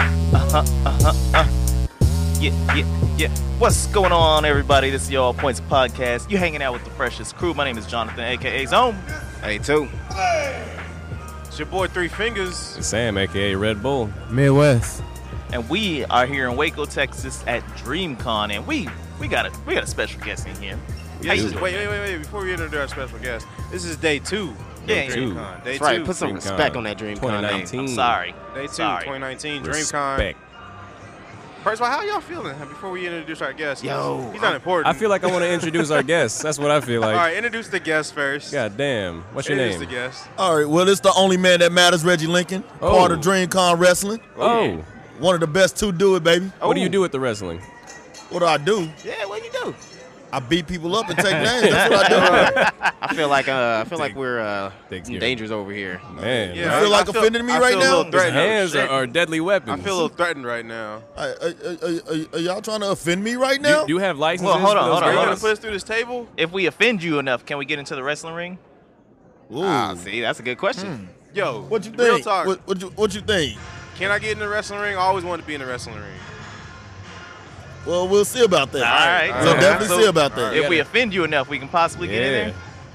huh, uh huh, uh. Yeah, yeah, yeah. What's going on, everybody? This is your All Points Podcast. You hanging out with the freshest crew. My name is Jonathan, aka Zone. Hey, too. It's your boy Three Fingers. Sam, aka Red Bull. Midwest. and we are here in Waco, Texas, at DreamCon, and we we got a we got a special guest in here. Yeah, this you is, doing? wait, wait, wait, wait. Before we introduce our special guest, this is day two. Yeah, of yeah. DreamCon. Day That's right. two. Put some DreamCon. respect on that DreamCon name. 2019. I'm sorry. Day two, Sorry. 2019 DreamCon. Respect. First of all, how y'all feeling before we introduce our guest? Yo, he's not important. I feel like I want to introduce our guests. That's what I feel like. All right, introduce the guest first. God damn. What's your introduce name? the guest. All right, well, it's the only man that matters, Reggie Lincoln, Oh. part of DreamCon Wrestling. Oh. One of the best to do it, baby. What do you do with the wrestling? What do I do? Yeah, what you do? I beat people up and take names. That's what I do. I feel like uh, I feel like we're uh, Thanks, in Gary. dangerous over here. Man. You feel like offending me I right feel a little now? His threatened. hands Shit. are, are deadly I weapons. feel a little threatened right now. Are, are- are- are- are y'all trying to offend me right do, you- now? do you have licenses? Well, hold on, for hold those on, Are you hold gonna on. guys? put us through this table? If we offend you enough, can we get into the wrestling ring? Ooh. Hmm. Ah, see, that's a good question. Yo, what you think? Real talk. What, what you, what you think? Can I get in the wrestling ring? I always wanted to be in the wrestling ring. Well, we'll see about that. All right. So All right. definitely see about All that. right. If we offend you enough, we can possibly get in Yeah. there.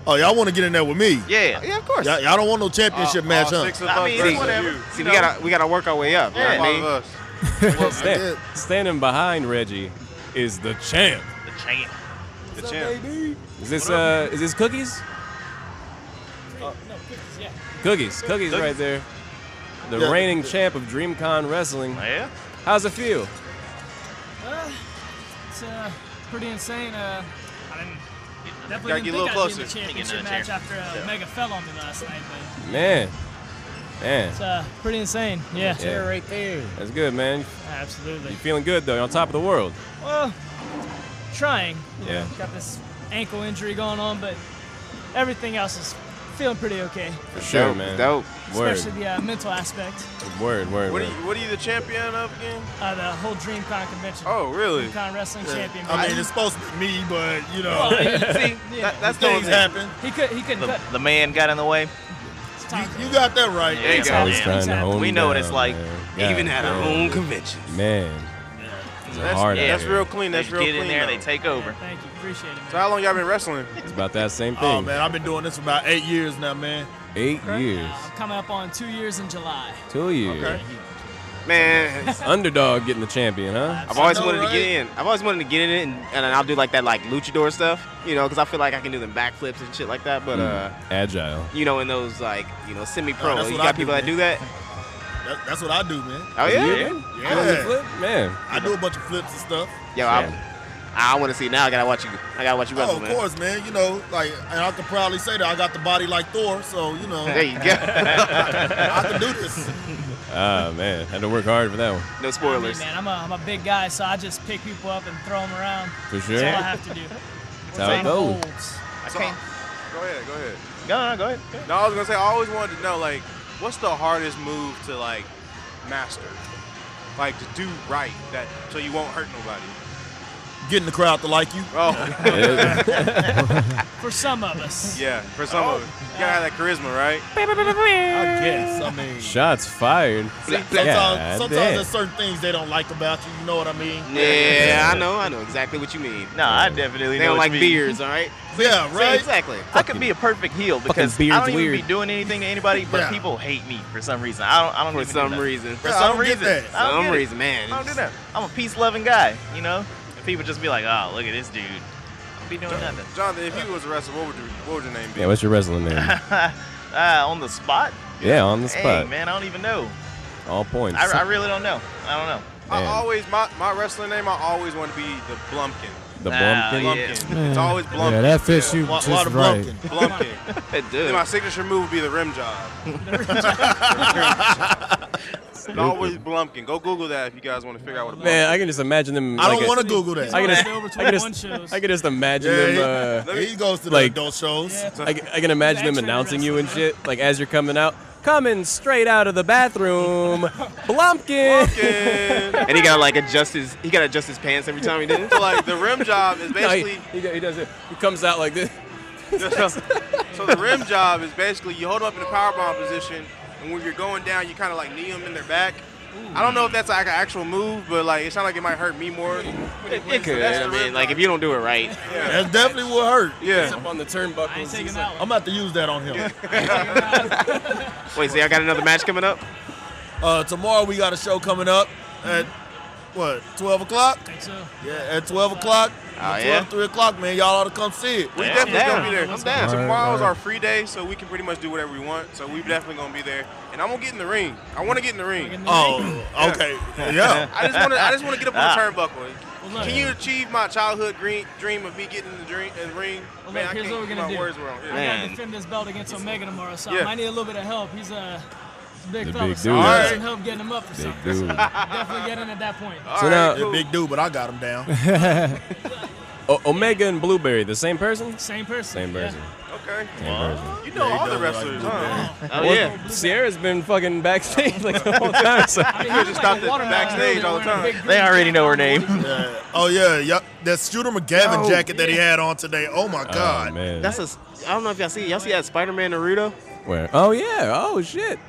Oh, y'all want to get in there with me? Yeah. Yeah, of course. Y'all, y'all don't want no All- championship all match, Uh, Six huh? of I us mean, versus whatever. you. See, we You know. gotta we gotta work our way up. you know Yeah. what I All mean? of us. Stand, standing behind Reggie is the champ. The champ. The champ. Is this uh is this cookies? Cookies, cookies right there. The Yeah. reigning champ of DreamCon Wrestling. Yeah. How's it feel? Uh, it's uh, pretty insane. Uh, I didn't, Gotta definitely didn't get a think little I'd closer. be in the Get championship another match chair. after uh, Mega fell on me last night, but Man. Man. it's uh, pretty insane. Yeah, chair right there. That's good, man. Absolutely. You feeling good though, You're on top of the world. Well, trying. You Yeah. know, got this ankle injury going on, but everything else is feeling pretty okay, For sure, Dope, man. Dope. Word. especially the uh, mental aspect. Word, word, What are word. you? What are you the champion of again? Uh, the whole DreamCon convention. Oh, really? DreamCon wrestling champion. I mean, it's supposed to be me, but, you know, Oh, yeah. See, Yeah. that, that's the only things thing. happen. he could. He couldn't The, cut. the man got in the way. It's You, time. you got that right. Yeah, you That's how got he's Yeah, it. trying to exactly. hone We you know what down, it's like, man. Even at our damn. own convention. Man. It's That's, hard out that's here. real clean. They That's real get clean. in there, they though. take over. Thank you. Appreciate it, man. so how long y'all been wrestling? It's about that same thing. Oh, man, I've been doing this for about eight years now, man. Eight Right years. now, I'm Uh, coming up on two years in July. Two years. Man, Underdog getting the champion, huh? I've always know, wanted right? to get in. I've always wanted to get in it, and, and I'll do like that like luchador stuff, you know, because I feel like I can do them backflips and shit like that. But uh, Agile. you know, in those like you know Uh, semi-pro, Hmm. that's you what I got do, people that man. do that. That, that's what I do, man. Oh yeah. man? You on the Yeah. flip? Man. I do a bunch of flips and stuff. Yo, I, I want to see now. I gotta watch you. I gotta watch you Oh, wrestle, of man. course, man. You know, like, and I could probably say that I got the body like Thor, so you know, There you go. I can do this. Ah, man. Had to work hard for that one. no I mean, spoilers. man, I'm a, I'm a big guy, so I just pick people up and throw them around. For sure. That's all I have to do. That's how it goes. I So- can't. Go ahead. Go ahead. No, no, go ahead. go ahead. No, I was gonna say I always wanted to know like, what's the hardest move to like master, like to do right that so you won't hurt nobody. Getting the crowd to like you. Oh, For some of us. yeah. For some of it, you gotta have that charisma, right? I guess. I mean, Shots fired. sometimes, God sometimes damn. there's certain things they don't like about you. You know what I mean? Yeah, I know. I know exactly what you mean. No, I definitely They know don't what like you mean. beards, all right? Yeah, See, right. exactly. I could be a perfect heel because I beard's don't even be weird. doing anything to anybody, but Yeah. people hate me for some reason. I don't. I don't For even do some nothing. reason. For Yeah, I some don't get reason. that. I don't some get it. reason, man. I don't do that. I'm a peace loving guy, you know. And people just be like, "Oh, look at this dude. I'll be doing nothing." Jonathan, if you was a wrestler, what would your what would your name be? Yeah, what's your wrestling name? Uh, on the spot. yeah, on the spot. Hey, man, I don't even know. All points. I, I really don't know. I don't know. I Man. always my, my wrestling name. I always want to be the Blumpkin. the Nah, bumpkin. yeah. Blumpkin. It's always Blumpkin. Yeah, that fits you just right. Blumpkin. It Then does. my signature move would be the rim job. It's always Blumpkin. Go Google that if you guys want to figure out what a Man, I can just imagine them. I like don't a- want to Google He's that. I always can been over just, I can 21 shows. just, I can just imagine Yeah, them. Uh, he goes to the like- adult shows. Yeah. I, can- I can imagine them Actually, announcing you and wrestling. shit, like as you're coming out, coming straight out of the bathroom, Blumpkin. Blumpkin. And he got to like adjust his he got to adjust his pants every time he does. so like the rim job is No, he, basically he go- he does it. He comes out like this. so the rim job is basically you hold up in the power bomb position and when you're going down you kind of like knee them in their back I don't know if that's like an actual move, but like it sounds like it might hurt me more. It, it could. That's I the mean, real like if you don't do it right, That definitely will hurt. It's Yeah. up on the I ain't turnbuckles. taking He's that like, I'm one. about to use that on him. wait, so y'all got another match coming up? Uh, tomorrow we got a show coming up at what 12 o'clock. think so. Yeah, at 12 o'clock. Oh, 12, yeah? 3 o'clock, man. Y'all ought to come see it. We Yeah, definitely I'm gonna be there. down. I'm Tomorrow's down. our free day, so we can pretty much do whatever we want. So we definitely gonna be there. And I'm gonna get in the ring. I want to get in the ring. Oh, okay. Yeah. I just want to. I just want to get up on the turnbuckle. Well, look. Can you achieve my childhood green, dream of me getting in the, dream, in the ring? Well, Man, look, I here's can't what we're keep gonna my do. words around. I Yeah. gotta Man. defend this belt against Omega tomorrow, so I Yeah. might need a little bit of help. He's a he's a big The fella, big so dude. I need Alright. some help getting him up or Big something. dude. Definitely get in at that point. All So right, now- Yeah, cool. big dude, but I got him down. O- Omega and Blueberry, the same person? Same person. Same yeah. person. Okay. Same person. You know Yeah, he all does look the like wrestlers, Blue huh? Oh Well, yeah. Sierra's been fucking backstage like the whole time. So. I mean, could've just he's like a stopped at watermelon backstage all the wearing time. a big They green already know her cap on. name. Yeah. Oh yeah, yep. That Shooter McGavin Yo. jacket that he had on today. Oh my Oh, God. man. That's a. I don't know if y'all see. Y'all see that Spider-Man Naruto? Where? Oh yeah. Oh shit.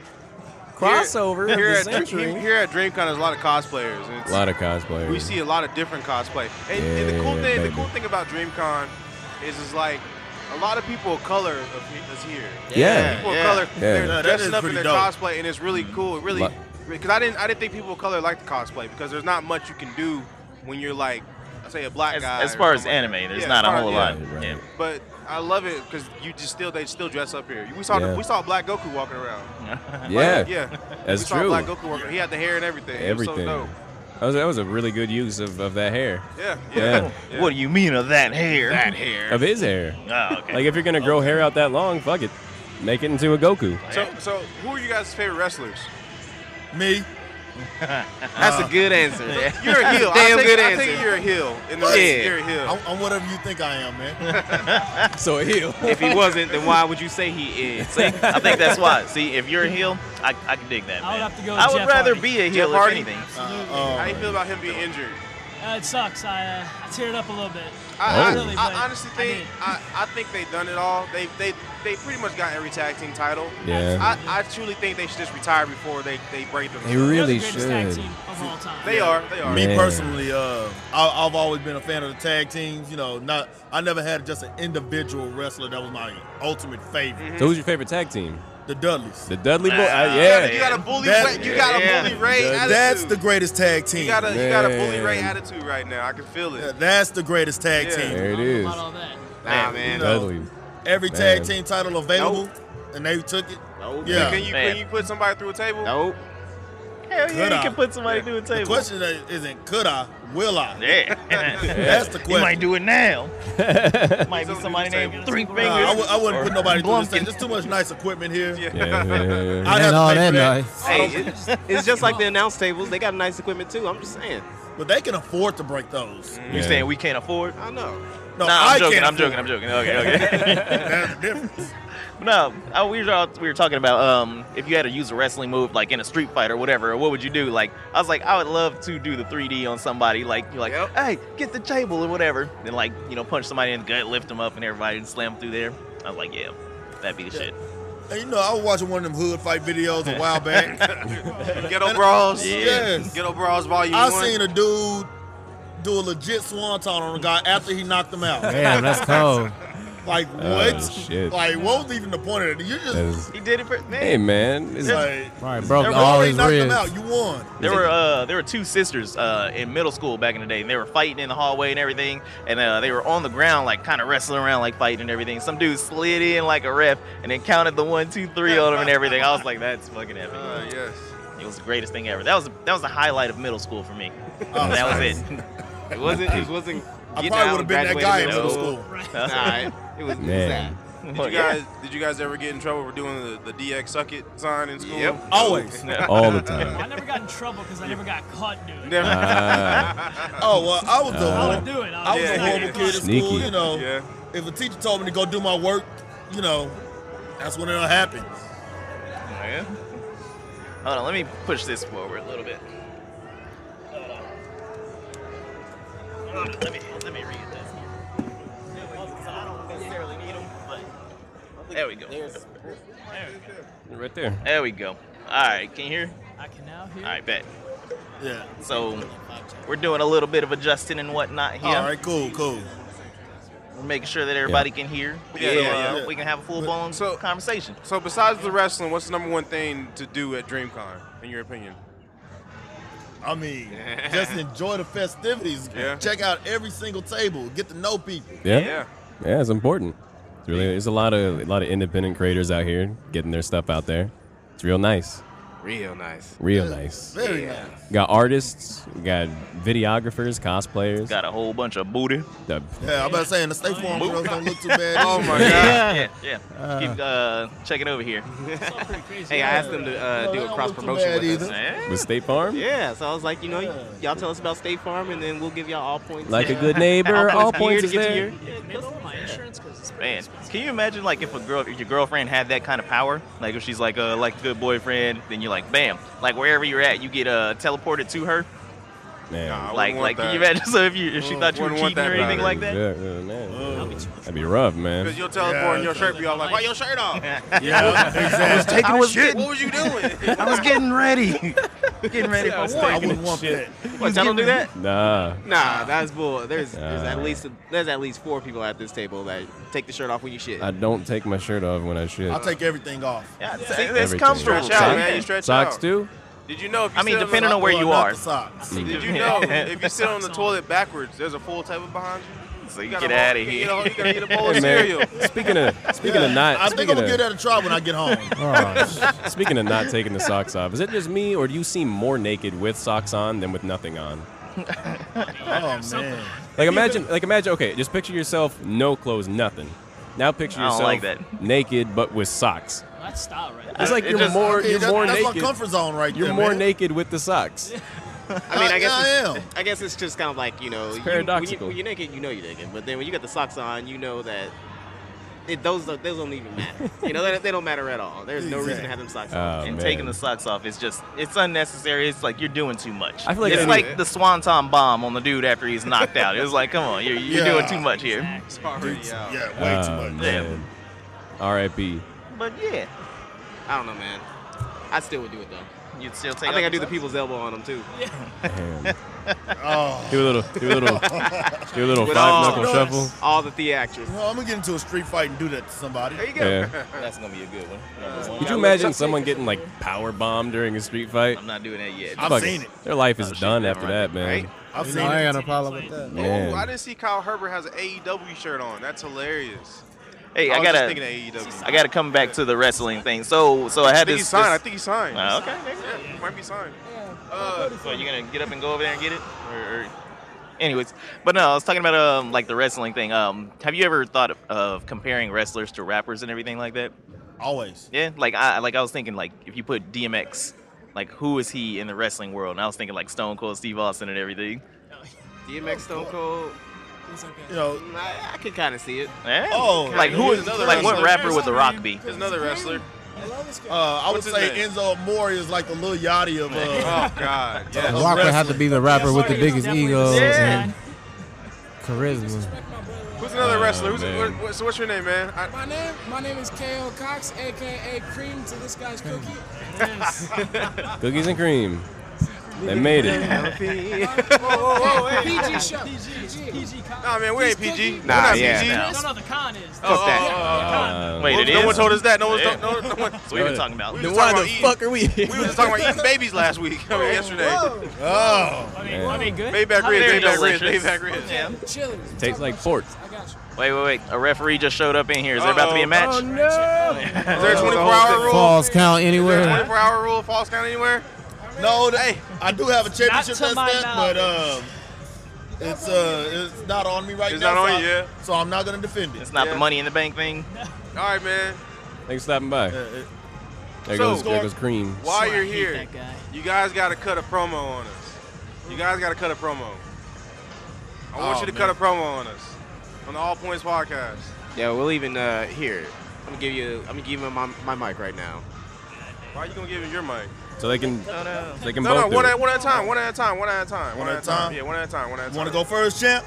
Crossover Here of at, the here, century. here at DreamCon, there's a lot of cosplayers. and a it's- lot of cosplayers. we see a lot of different cosplay. And, and the Yeah, cool thing, baby. the cool thing about DreamCon is, is like a lot of people of color of he- is here. Yeah. People Yeah. of color, Yeah. they're Yeah, that is dressing up in pretty their dope. cosplay, and it's really cool. It really, Lot- because I didn't, I didn't think people of color liked the cosplay because there's not much you can do when you're like, I say a black As, guy. as or far as something like anime, that. there's Yeah, not a as far- whole yeah. lot. Right, right. Yeah. But I love it because you just still, they still dress up here. We saw, Yeah. we saw Black Goku walking around. yeah. Like, yeah. That's we saw true. Black Goku walking. He had the hair and everything. It was so Everything. dope. That was, that was a really good use of, of that hair. Yeah, Yeah. yeah. yeah. What do you mean of that hair? That hair. Of his hair. Oh, okay. Like, if you're going to grow hair out that long, fuck it. Make it into a Goku. So, so who are you guys' favorite wrestlers? Me. That's a good answer. You're a heel. Uh, Damn I think, good I think answer. you're a heel. In the Yeah. ring. You're a heel. I'm, I'm whatever you think I am, man. So heel. if he wasn't, then why would you say he is? See, I think that's why. See, if you're a heel, I, I can dig that. I would man. have to go with I would Jeff rather Hardy. be a Jeff heel if Hardy? Uh, anything. Uh, How um, you feel about him being injured? Uh, it sucks. I, uh, I teared up a little bit. I, I, Really, but I honestly I think did. I, I think they've done it all. They they they pretty much got every tag team title. Yeah. I, I truly think they should just retire before they they break them. They They're really the greatest tag should. team of all time. They are. They are. Me Man. personally, uh, I, I've always been a fan of the tag teams. You know, not I never had just an individual wrestler that was my ultimate favorite. So, who's your favorite tag team? The Dudleys. The Dudley Boy? Ah, Uh, You yeah. got a bully. That- Ray- you got yeah. a bully Ray attitude. That's the greatest tag team. You got a you got a bully Ray Man. attitude right now. I can feel Yeah, it. That's the greatest tag Yeah. team. There it I don't know is. about all that. Nah, man. No. Dudley. Every Man. tag team title available, and they took it. Nope. Yeah. Can you Man. can you put somebody through a table? Nope. Hell yeah, Could you I? can put somebody Yeah. through a The table. question is- isn't could I, will I? Yeah. That's the you question. might do it now. might be somebody named Three Nah, Fingers. I, w- I wouldn't or put nobody through this Blumpkin. thing. There's too much nice equipment here. Yeah. Yeah, yeah, yeah, yeah. I'd have And all to pay for that. nice. Hey, it- it's just like the announce tables. They got nice equipment too. I'm just saying. But they can afford to break those. You Yeah. saying we can't afford? I know. No, Mm. nah, I I'm joking. can't I'm afford joking. I'm joking. Okay, okay. it. That's the difference. no, I, we, were, all- we were talking about um, if you had to use a wrestling move, like in a Street Fight or whatever, what would you do? Like, I was like, I would love to do the 3D on somebody. Like, you're like, Yep. hey, get the table or whatever. Then, like, you know, punch somebody in the gut, lift them up, and everybody slam through there. I was like, yeah, that'd be the shit. And you know, I was watching one of them hood fight videos a while back. Ghetto brawls. Yeah. Yes. Ghetto brawls volume I one. seen a dude do a legit swanton on a guy after he knocked him out. Damn, that's cold. Like Oh, what? shit. Like what was even the point of it? You just That is, He did it for man. hey, man. It's, like right, you already knocked him out. You won. There were uh, there were two sisters uh, in middle school back in the day, and they were fighting in the hallway and everything, and uh, they were on the ground like kind of wrestling around like fighting and everything. Some dude slid in like a ref and then counted the one, two, three on him and everything. I was like, that's fucking epic. Uh, yes. It was the greatest thing ever. That was that was the highlight of middle school for me. Oh, that was it. It wasn't. It wasn't. I getting probably out would have been and that guy in graduating middle no. school. Nah, it was Man. Oh, Did you guys did you guys ever get in trouble for doing the, the DX suck it sign in school? Yep. Always. All the time. I never got in trouble because I never got caught doing it. Never. Ah, Oh well, I was the I horrible, would do it. I was Yeah. a horrible kid at Uh, Sneaky. school. You know, Yeah. if a teacher told me to go do my work, you know, that's when it'll happen. Yeah. Hold on, let me push this forward a little bit. Hold on. Hold on, Let me let me read this. I don't necessarily need them, but there we go. right there. There we go. All right, can you hear? I can now hear. All right, bet. Yeah. So we're doing a little bit of adjusting and whatnot here. All right, cool, cool. We're making sure that everybody can hear. We Yeah, can, yeah, uh, yeah. we can have a full blown So- conversation. So besides the wrestling, what's the number one thing to do at DreamCon, in your opinion? I mean, just enjoy the festivities. Yeah. Check out every single table. Get to know people. Yeah. Yeah. Yeah, it's important. It's really there's a lot of a lot of independent creators out here getting their stuff out there. It's real nice. Real nice. Real nice. Very nice. Got artists, we got videographers, cosplayers. Got a whole bunch of booty. the- Yeah, I'm about to say, and the State Farm girls don't look too bad. Oh either. my god. Yeah, yeah. Keep uh, checking over here. Hey, I asked them to uh, No, do they a don't cross look too promotion bad with us. either. Yeah. with State Farm, Yeah, so I was like, you know, y'all tell us about State Farm, and then we'll give y'all all points. like a good neighbor, all points is there. here to here. Man, can you imagine like if a girl, if your girlfriend had that kind of power? Like if she's like a like a good boyfriend, then you're like, bam, like wherever you're at, you get uh teleported to her. Man. wouldn't Like want like can you that. imagine? So if you if she Wouldn't- thought you were wouldn't want cheating or that anything power. like that. Yeah, yeah, man. That'd be rough, man. Because you'll teleport and your shirt be all like, why your shirt off? Yeah, exactly. Taking a shit. What was you doing? I was getting ready. getting ready for I work. wouldn't want that. What, y'all don't do that? Nah. Nah, that's bull. There's, there's Uh. at least there's at least four people at this table that take the shirt off when you shit. I don't take my shirt off when I shit. I'll take everything off. Yeah, it's, it's Everything. comfortable. stretch out, Socks- man. You stretch Socks out. too? Mm. Did you know if you I sit mean, on the- depending on where Well, you not are. the socks. Did you know if you sit on the toilet backwards, there's a full table behind you? So you You gotta get out walk- of You here. gotta, you gotta eat a bowl of Hey, man. cereal. Speaking of speaking Yeah, of not I think speaking I'm gonna of- give that a try when I get home. Speaking of not taking the socks off, is it just me or do you seem more naked with socks on than with nothing on? Oh man. Like imagine, like imagine. Okay, just picture yourself no clothes, nothing. Now picture I don't yourself like that. Uh, naked but with socks. That's style, right? It's like it you're just- more, I mean, you're that- more that's naked. my comfort zone right you're there. more man. naked with the socks. I mean, I guess yeah, it's- I am. I guess it's just kind of like you know, you- paradoxical. when, you, are naked, you know you're naked, but then when you got the socks on, you know that it, those don't- those don't even matter. you know, they, they don't matter at all. There's no reason to have them socks on. Oh, and man. taking the socks off is just it's unnecessary. It's like you're doing too much. I feel like it's they like need- the swanton bomb on the dude after he's knocked out. It was like, come on, you're, you're Yeah. doing too much here. Exactly. Already out. Yeah, Um, way Oh, too much. man. R.I.P. But yeah, Uh, I don't know, man. I still would do it though. you'd still take. I think I out do the socks? people's elbow on them too. Damn. Oh. Do a little, do a little, do a little With five knuckle all- shuffle. All the theatrics. Well, I'm gonna get into a street fight and do that to somebody. There you go. Yeah. That's gonna be a good one. Number one. Could you imagine someone getting like power bombed during a street fight? I'm not doing that yet. I've Fuck seen it. Their life is Oh, shit, done never after mind. that, man. I've You seen know, I it. ain't got no problem with that. Oh, Ooh, Oh, I Man. didn't see Kyle Herbert has an AEW shirt on. That's hilarious. hey, I was just gotta, thinking of AEW. I gotta come back to the wrestling thing. So, so I I had think he this. signed. I this- think he signed. Oh, okay. there you go. Yeah, he might be signed. Uh, So you're gonna get up and go over there and get it? Or, or- anyways, but no, I was talking about um like the wrestling thing. Um, have you ever thought of, of comparing wrestlers to rappers and everything like that? Always. Yeah, like I like I was thinking like if you put DMX, like who is he in the wrestling world? And I was thinking like Stone Cold Steve Austin and everything. DMX Stone Cold. Mm, You know, I, I could kind of see it. Yeah. Oh, like who is another like what wrestler. rapper would The Rock be? there's another wrestler. uh, I would What's his say name? Enzo Amore is like the little Yachty of. Uh, Oh God. Yeah. Rock would have to be the rapper with the biggest ego Yeah. and charisma. Oh, Who's another wrestler? Who's man. what, what, so what's your name, man? I, My name, my name is K.O. Cox, aka Cream to this guy's cookie. Cookies and cream. They made it. PG show. PG. nah, man, we ain't PG. We're Nah, not yeah, PG. no. No, no, the con is. Oh, oh, that. oh, oh, Uh, oh. Wait, it no is? one told us that. No one's Yeah. no, no one. So we've been talking about. We it. was talking about eating- are we? We was just talking about eating babies last week. I mean, yesterday. oh, I mean, Man. are they good? Maybach How Ridge, There did they you go, Maybach Ridge, Licious. Maybach Ridge. Yeah. Chili. We're talking Tastes about like shit. pork. I got you. Wait, wait, wait! A referee just showed up in here. Is there about to be a Uh-oh. match? Is there a 24 hour rule? Falls count Is there a anywhere. 24 hour rule? Falls count anywhere? no, they, I do have a championship to that's my that, but um, it's uh, it's not on me right It's now. not so on you, I- yeah. So I'm not gonna defend it. It's not Yeah. the Money in the Bank thing. All right, man. Thanks for stopping by. Uh, it- There So- goes, there goes cream. While I you're hate here, that guy. you guys got to cut a promo on us. You guys got to cut a promo. I want Oh, you to man. cut a promo on us on the All Points podcast. Yeah, we'll even uh, here. I'm gonna give you. I'm gonna give him my, my mic right now. Why are you gonna give him your mic? So they can, they can No, both no, do one it. at, one at a time, one at a time, one at a time, One at a time? Yeah, one at a time, one at a time. wanna go first, champ?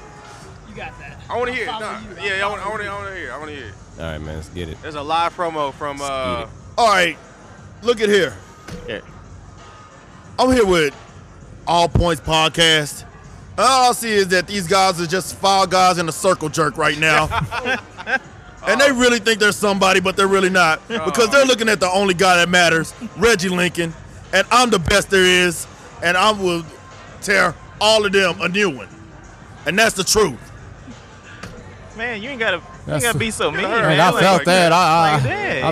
You got that. I want to hear. it. I'll Nah, follow you. I'll yeah, I want follow to you. hear. it. I want to hear. it. All right, man, let's get it. There's a live promo from. Let's Uh, eat All right, look at here. Here. I'm here with All Points Podcast. And All I see is that these guys are just five guys in a circle jerk right now. and Oh. they really think they're somebody, but they're really not. Because they're looking at the only guy that matters, Reggie Lincoln. And I'm the best there is. And I will tear all of them a new one. And that's the truth. Man, you ain't gotta, you ain't That's- gotta be so mean, Man, man. I Like- felt like that. I, like, I, dang. I,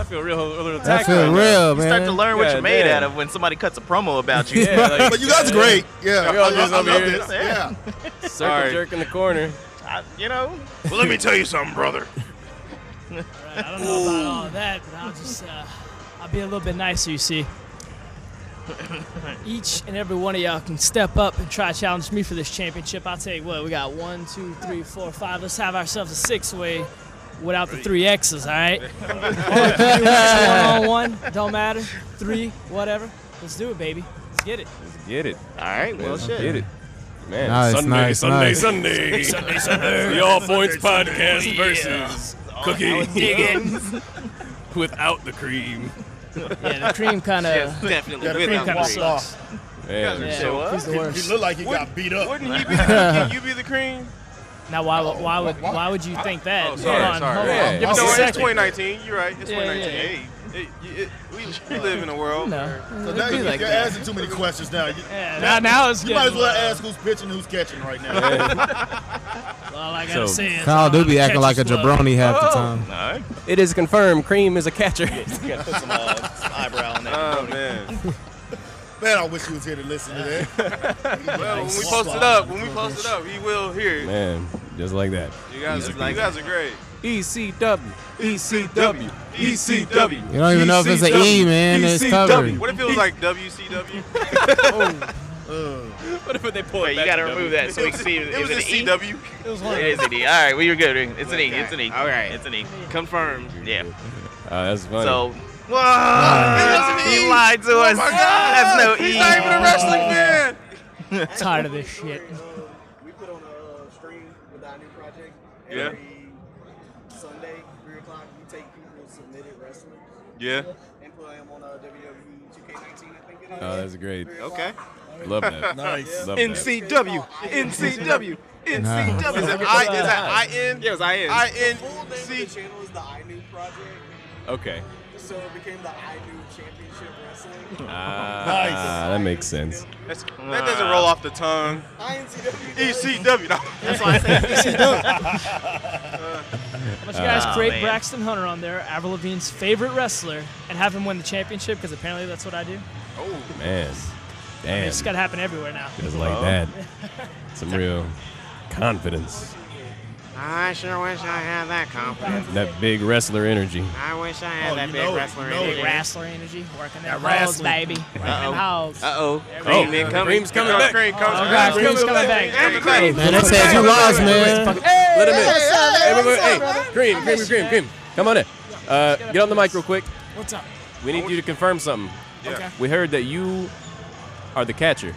I feel real, a little I attacked. feel right now. real, you start to man. learn what you're made Goddamn. out of when somebody cuts a promo about you. Yeah, like, But you guys are great. Yeah. Y'all I, just I over love here. this. Yeah. circle Alright. jerk in the corner. I- you know, well, let me tell you something, brother. Right, I don't know about all of that, but I'll just uh, I'll be a little bit nicer, you see. Each and every one of y'all can step up and try to challenge me for this championship. I'll tell you what, we got one, two, three, four, five. Let's have ourselves a six way without the three X's, all right? one on one, don't matter. Three, whatever. Let's do it, baby. Let's get it. Get it. All right, well, shit. Get it. Man, Nice, Sunday, nice, Sunday, nice. Sunday, Sunday, Sunday. The All Points Podcast versus Cookie Higgins without the cream. Yeah, the cream kind of. Yes, definitely. Yeah, the without cream Kind of walk three. sucks. Man, Yeah, so he's the worst. You look like you got beat up. Wouldn't he be? Can you be the cream? Now, why, would- why would why would you think that? Oh, sorry, hold on, sorry. hold on. Yeah. Give us no, a it's Oh, second. 2019. You're right. It's Yeah, 2019. yeah. Hey, it, it, we, we live in a world. No. So now you, like you're that. asking too many questions now. You, Yeah, now, now it's you might as getting- well ask who's pitching, who's catching right now. All I gotta So- say is Kyle I'm do be gonna acting catch like a this bug. jabroni half the time. It is confirmed. Cream is a catcher. you gotta put some, uh, some eyebrow on that. Oh man. Man, I wish he was here to listen to that. Well, when we post it up, when we post it up, he will hear. it. man, just like that. You guys, He's are, like- you guys are great. ECW. E ECW. ECW. You don't even know if it's an E, man. It's covered. What if it was like WCW? What if they pull Wait, you gotta remove that so we can see. It is was it a an E? CW. It is an E. All right, we were good. It's an E. It's an E. All right. It's an E. Confirmed. Yeah. Uh, that's funny. So. Whoa! It's an He E. lied to us. my God. That's no E. He's not even a wrestling fan. Tired of this shit. We put on a uh, stream with our new project Yeah. every Sunday, 3 o'clock. We take people who submitted wrestlers Yeah. and put them on uh, WWE 2K19, I think it is. oh, that's great. Okay. Love that. Nice. Love that. NCW. NCW. Nah. Is it I? Is that I N? Yeah, it was IN. I The N full name C. of the channel is the I New Project, Okay. so it became the I New Championship Wrestling. Ah, that makes sense. That's- That doesn't roll off the tongue. INCW. E does. ECW. No. That's why I said But you guys Ah, create man. Braxton Hunter on there, Avril Lavigne's favorite wrestler, and have him win the championship because apparently that's what I do. Man, I mean, damn. it's gotta happen everywhere now. Just like that. Some real confidence. I sure wish I had that confidence. That big wrestler energy. I wish I had Oh, that you big know it, wrestler you know energy. it. Wrestler energy, working them hogs, baby. Working them hogs. Uh oh. Oh, Cream incoming. Cream's coming back. Cream comes Oh, back. God, Cream's coming back. Coming back. Man, they said you lost, man. Let him in. Hey, wait, wait, hey, Cream, Cream, Cream, Cream. Come on in. Uh, get on the mic real quick. What's up? We need you to confirm something. Yeah. We heard that you are the catcher.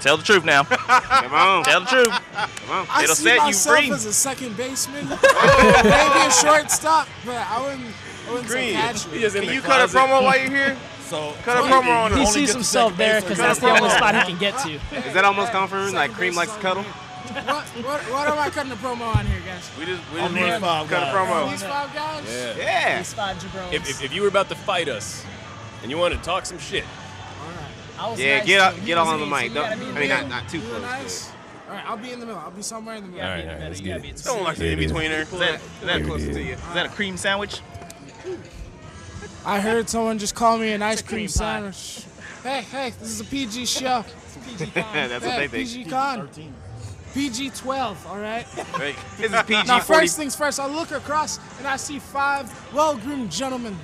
Tell the truth now. Come on. Tell the truth. I It'll see set you myself free. as a second baseman, maybe a shortstop, but I wouldn't. I wouldn't say Green. catcher. Can you cut a promo while you're here? So Cut a promo on He us. sees himself there because that's the only spot he can get to. Is that almost confirmed? Like Cream likes to cuddle? What, what, what am I cutting a promo on here, guys? We just, we I'm just these want five to cut a guys. promo. These five guys. Yeah. These five jabronis. If, if, if you were about to fight us and you wanted to talk some shit, I was Yeah, nice get to up, him. He get on, was the mic. easy. You Don't, gotta be I mean, nice. not, not too You close. are but- nice. All right, I'll be in the middle. I'll be somewhere in the middle. Yeah, All right, be all right, better. let's You get gotta it. be in the Don't like the There in it is. betweener. Is that, is that, There it is is. that a cream sandwich? I heard someone just call me an ice cream cream pie. sandwich. Hey, hey, this is a PG show. PG That's what they think. PG con. PG 12, all right? Right. This is PG Now, 40. first things first, I look across and I see five well groomed gentlemen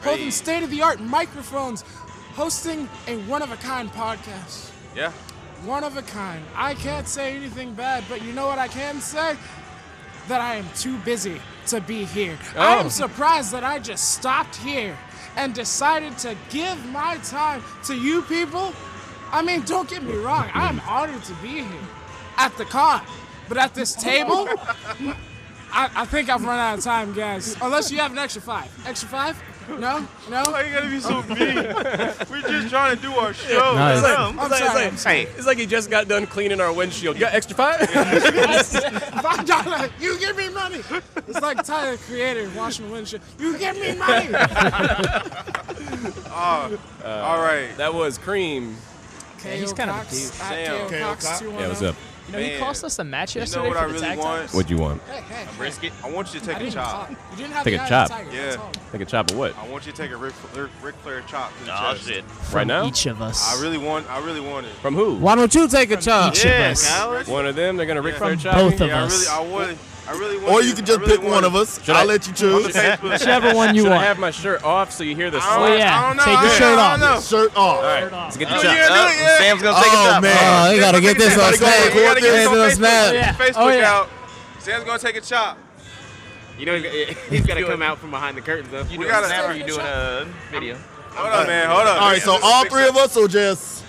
holding state of the art microphones, hosting a one of a kind podcast. Yeah. One of a kind. I can't say anything bad, but you know what I can say? That I am too busy to be here. I am surprised that I just stopped here and decided to give my time to you people. I mean, don't get me wrong, I am honored to be here at the con, but at this table, I, I think I've run out of time, guys. Unless you have an extra five. Extra five? No, no. Why you gotta be so mean? We're just trying to do our show. It's like, I'm it's like- it's sorry, like- I'm sorry. it's like he just got done cleaning our windshield. You got extra five? Five dollar. You give me money. It's like Tyler Creator washing windshield. You give me money. Oh, all right. That was cream. Yeah, he's kind of Cox, douche. at Damn. Kale Cox oh. Cox. 210. Yeah, what's up? You know, he Man. cost us a match You know yesterday what for I the really tag want? titles. What'd you want? Hey, hey. A brisket. I want you to I take a didn't chop. talk. You didn't have Take the a eye chop. Of the tiger. Yeah. That's all. Take a chop of what? I want you to take a Ric, Ric, Ric Flair chop to the Oh chest. shit. Right now? Each of us. I really want. I really want it. From who? Why don't you take a chop? each of Yes. us. One of them? They're gonna Ric Yeah. Flair From chop both me? of Yeah, I us. really, I want. I really want. Or it. you can I just really pick want one it. of us. Should I- I'll let you choose. Facebook. Whichever one you Should I want. have my shirt off so you hear the I slap? don't- Oh, yeah. I don't know. Take your I- shirt I don't off. know. Shirt off. All right, Shirt off. let's get the chop. Oh, do it, yeah. Sam's gonna take Oh, a chop. man. Oh, they gotta get this on Somebody go snap. record They this. gotta get this on Get snap. Yeah. your Facebook Oh, yeah. out. Sam's gonna take a chop. You know, he's- he's got to come out from behind the curtains, though. You We doing gotta- a snap or you doing a video? Hold on, man. Hold on. All right, so all three of us or just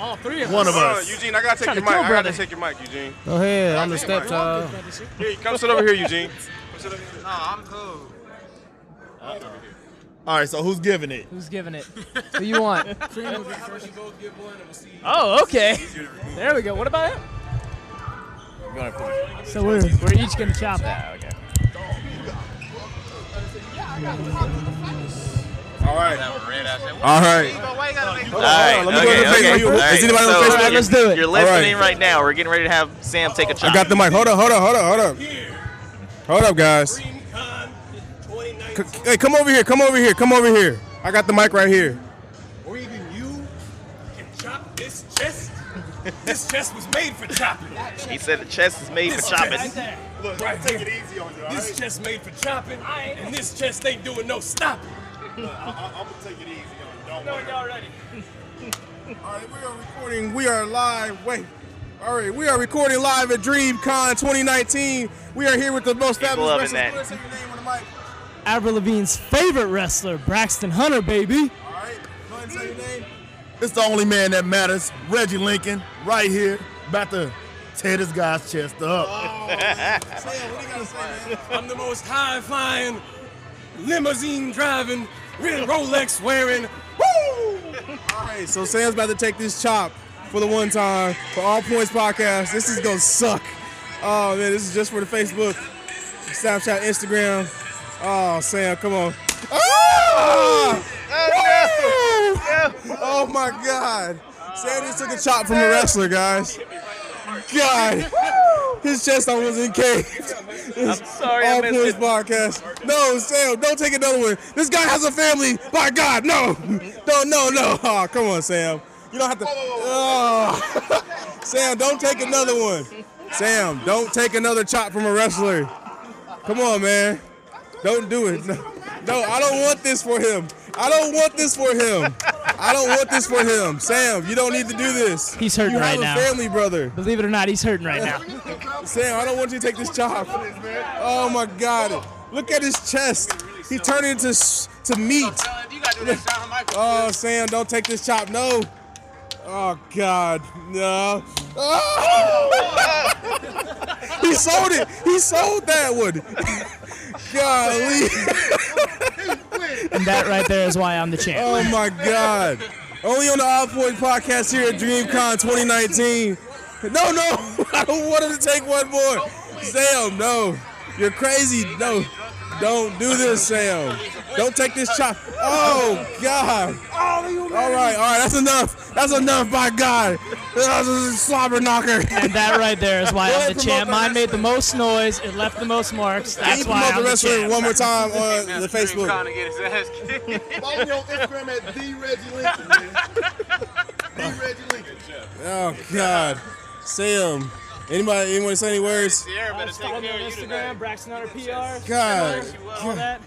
All three of one us. of us? Eugene, I gotta take Trying your mic. to kill I gotta brother. take your mic, Eugene. Go ahead. I'm the Hey, Mike. stepchild. Here, come sit over here, Eugene. Come sit over here. All right, so who's giving it? Who's giving it? Who you want? oh, okay. There we go. What about it? So we're, we're each gonna chop it. All right. All right. All right. let me go to the okay, Facebook. okay. Is All right, anybody on so Facebook? you're- Let's do it. You're listening right. now. We're getting ready to have Sam take a chop. I got the mic. Hold up, hold up, hold up, hold up. Hold up, guys. C- hey, come over here, come over here, come over here. I got the mic right here. Or even you can chop this chest. this chest was made for chopping. He said the chest is made for chopping. Look, take it easy on you. This chest made for chopping, and this chest ain't doing no stopping. I'm gonna take it easy on you. Don't know y'all ready. All right, we are recording. We are live. Wait. All right, we are recording live at DreamCon 2019. We are here with the most People fabulous loving that. wrestlers. Say your name on the mic. Avril Lavigne's favorite wrestler, Braxton Hunter, baby. All right, go ahead and say your name. It's the only man that matters, Reggie Lincoln, right here, about to tear this guy's chest Uh, up. I'm the most high flying, limousine driving, real Rolex wearing. Woo! All right, so Sam's about to take this chop for the one time for All Points Podcast. This is gonna suck. Oh man, this is just for the Facebook, Snapchat, Instagram. Oh Sam, come on. Ah! Woo! Oh my God. Sam just took a chop from a wrestler, guys. God, his chest almost encased. I'm sorry I All missed Points it. Podcast. No, Sam, don't take another one. This guy has a family. By God, no. No, no, no. Oh, come on, Sam. You don't have to. Oh. Sam, don't take another one. Sam, don't take another chop from a wrestler. Come on, man. Don't do it. No, no, I don't want this for him. I don't want this for him. I don't want this for him. Sam, you don't need to do this. He's hurting you right have now. a family brother. Believe it or not, he's hurting right now. Sam, I don't want you to take this job. Oh my God! Look at his chest. He turned into s- to meat. Oh, Sam, don't take this chop. No. Oh God, no. Oh! he sold it. He sold that one. Golly. And that right there is why I'm the champ. Oh my God. Only on the Odd Boys podcast here at DreamCon 2019. No, no, I don't want him to take one more. Sam, no. You're crazy. No. Don't do this, Sam. Don't take this chop. Oh God. All right, all right, that's enough. That's enough, by God. This is a slobber knocker. And that right there is why Go I'm ahead, the promote champ. the Mine made the most noise. It left the most marks. Can you That's promote why the I'm the wrestling champ. one more time on the Facebook? to get his ass kicked. Follow me on Instagram at the Reggie Lincoln, man. The Reggie Lincoln. Oh God. Sam. Anybody anyone say any words? Follow me on Instagram, Braxton Hunter PR. God. All that.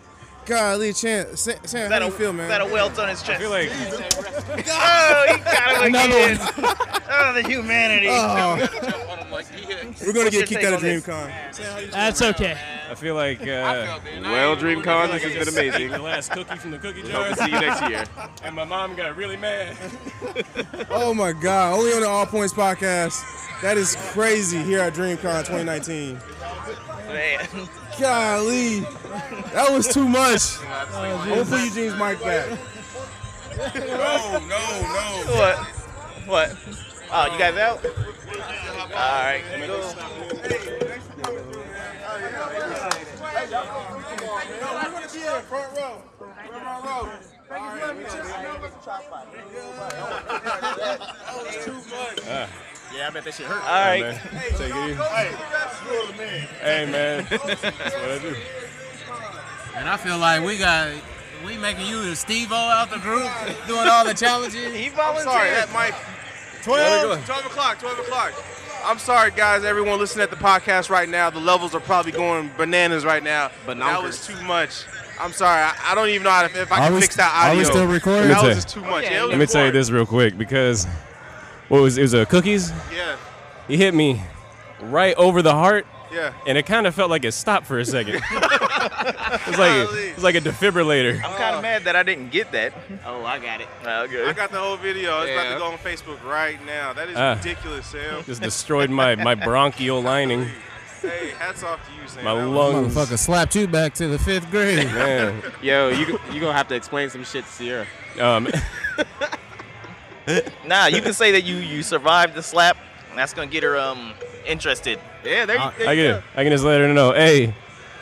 Golly, Chan, Sam, Sam Is that how a, you feel, man? is that a welt on his chest? like- oh, he got him Another again. oh, the humanity. Uh, We're gonna What's your get kicked take out of on this? DreamCon. That's okay. I feel like uh, Well, DreamCon, this has been amazing. the last cookie from the cookie Hope jar, to see you next year. and my mom got really mad. Oh my God! Only on the All Points podcast. That is crazy here at DreamCon 2019. Man. Golly, That was too much. Don't put Eugene's mic back. No, no, no. What? What? Oh, you guys out? All right. Yeah, I bet that shit hurt. All right. Take it easy. Hey, man. That's what I do. And I feel like we got we making you the Steve-O out the group, doing all the challenges. He I'm sorry, that mic. 12, 12 o'clock, 12 o'clock. I'm sorry, guys, everyone listening at the podcast right now. The levels are probably going bananas right now. But that was too much. I'm sorry. I, I don't even know how to, if I Are can we fix st- that audio. are we still recording? That Let me was just too tell- much. Yeah, it was Let me tell you recorded. this real quick because what was it was a cookies? Yeah. He hit me right over the heart. Yeah. And it kind of felt like it stopped for a second. it's like it's like a defibrillator. I'm Oh, kind of mad that I didn't get that. Oh, I got it. Okay. I got the whole video. It's about Yeah. to go on Facebook right now. That is Ah. ridiculous, Sam. Just destroyed my my bronchial lining, hey, hats off to you, Sam. my That was- lungs. Motherfucker slapped you back to the fifth grade. Man. Yo, you you gonna have to explain some shit to Sierra. Um, Nah, you can say that you you survived the slap. And that's gonna get her um interested. Yeah, there you, there I you can I can just let her know, hey,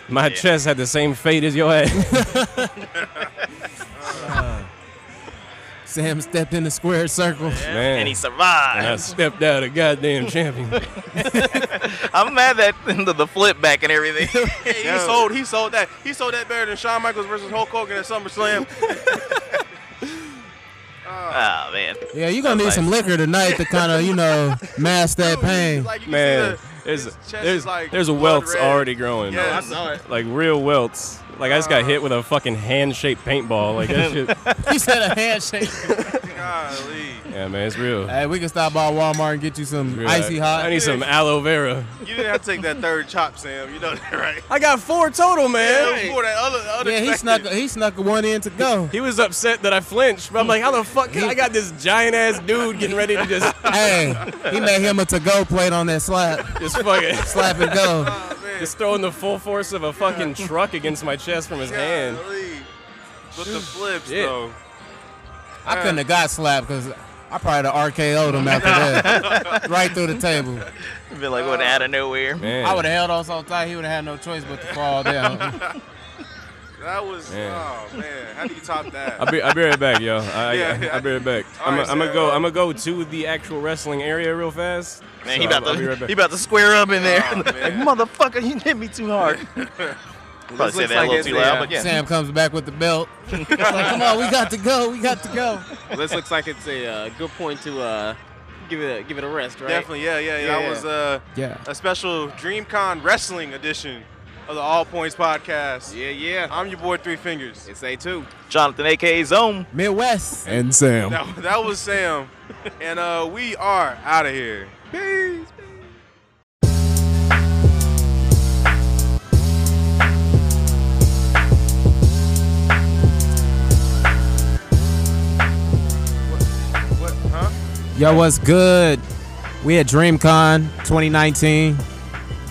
my chest had the same fate as your head. Sam stepped in the square circle. Man. And he survived. And I stepped out a goddamn champion. I'm mad that the, the flip back and everything. Hey, he sold. He sold that. He sold that better than Shawn Michaels versus Hulk Hogan at SummerSlam. oh man. Yeah, you gonna need That's some liquor tonight to kind of, you know, mask that pain. Like, you can Man, see the- there's his chest is there's like there's blood welts red. already growing. Yeah, I saw it. Like real welts. Like I just Uh. got hit with a fucking hand-shaped paintball. Like that shit. He said a handshake. Golly. Yeah, man, it's real. hey, we can stop by Walmart and get you some Real. icy hot. I need some aloe vera. You didn't have to take that third chop, Sam. You know that, right? I got four total, man. Yeah, before that other, other yeah, he snuck he snuck one in to go. He was upset that I flinched, but I'm like, how the fuck? I got this giant ass dude getting ready to just hey, he made him a to go plate on that slap. just fucking Slap and go. just throwing the full force of a fucking truck against my chest from his hand. Golly. But the flips, Shit. though. I couldn't have got slapped because I probably would have RKO'd him after that. right through the table. Been like going out of nowhere. Man. I would have held on so tight he would have had no choice but to fall down. That was, Man. oh, man. How do you top that? I'll be, I'll be right back, yo. I, Yeah, I, yeah. I'll be right back. All I'm, right, I'm gonna Sam. go. I'm gonna go to the actual wrestling area real fast. Man, So he about I'll, to I'll be right back. he about to square up in there. Oh, like man. motherfucker, you hit me too hard. Probably looks like said that a little it's too the, loud, uh, but yeah. Sam comes back with the belt. It's like, come on, we got to go. We got to go. go. This looks like it's a uh, good point to uh, give it a, give it a rest, right? Definitely, yeah, yeah, yeah. That Yeah. was uh, Yeah. a special DreamCon wrestling edition of the All Points podcast. Yeah, yeah. I'm your boy, Three Fingers. It's a two. Jonathan, aka Zone. Midwest. and Sam. That, that was Sam. and uh, we are out of here. What, huh? Yo, what's good? We at DreamCon 2019,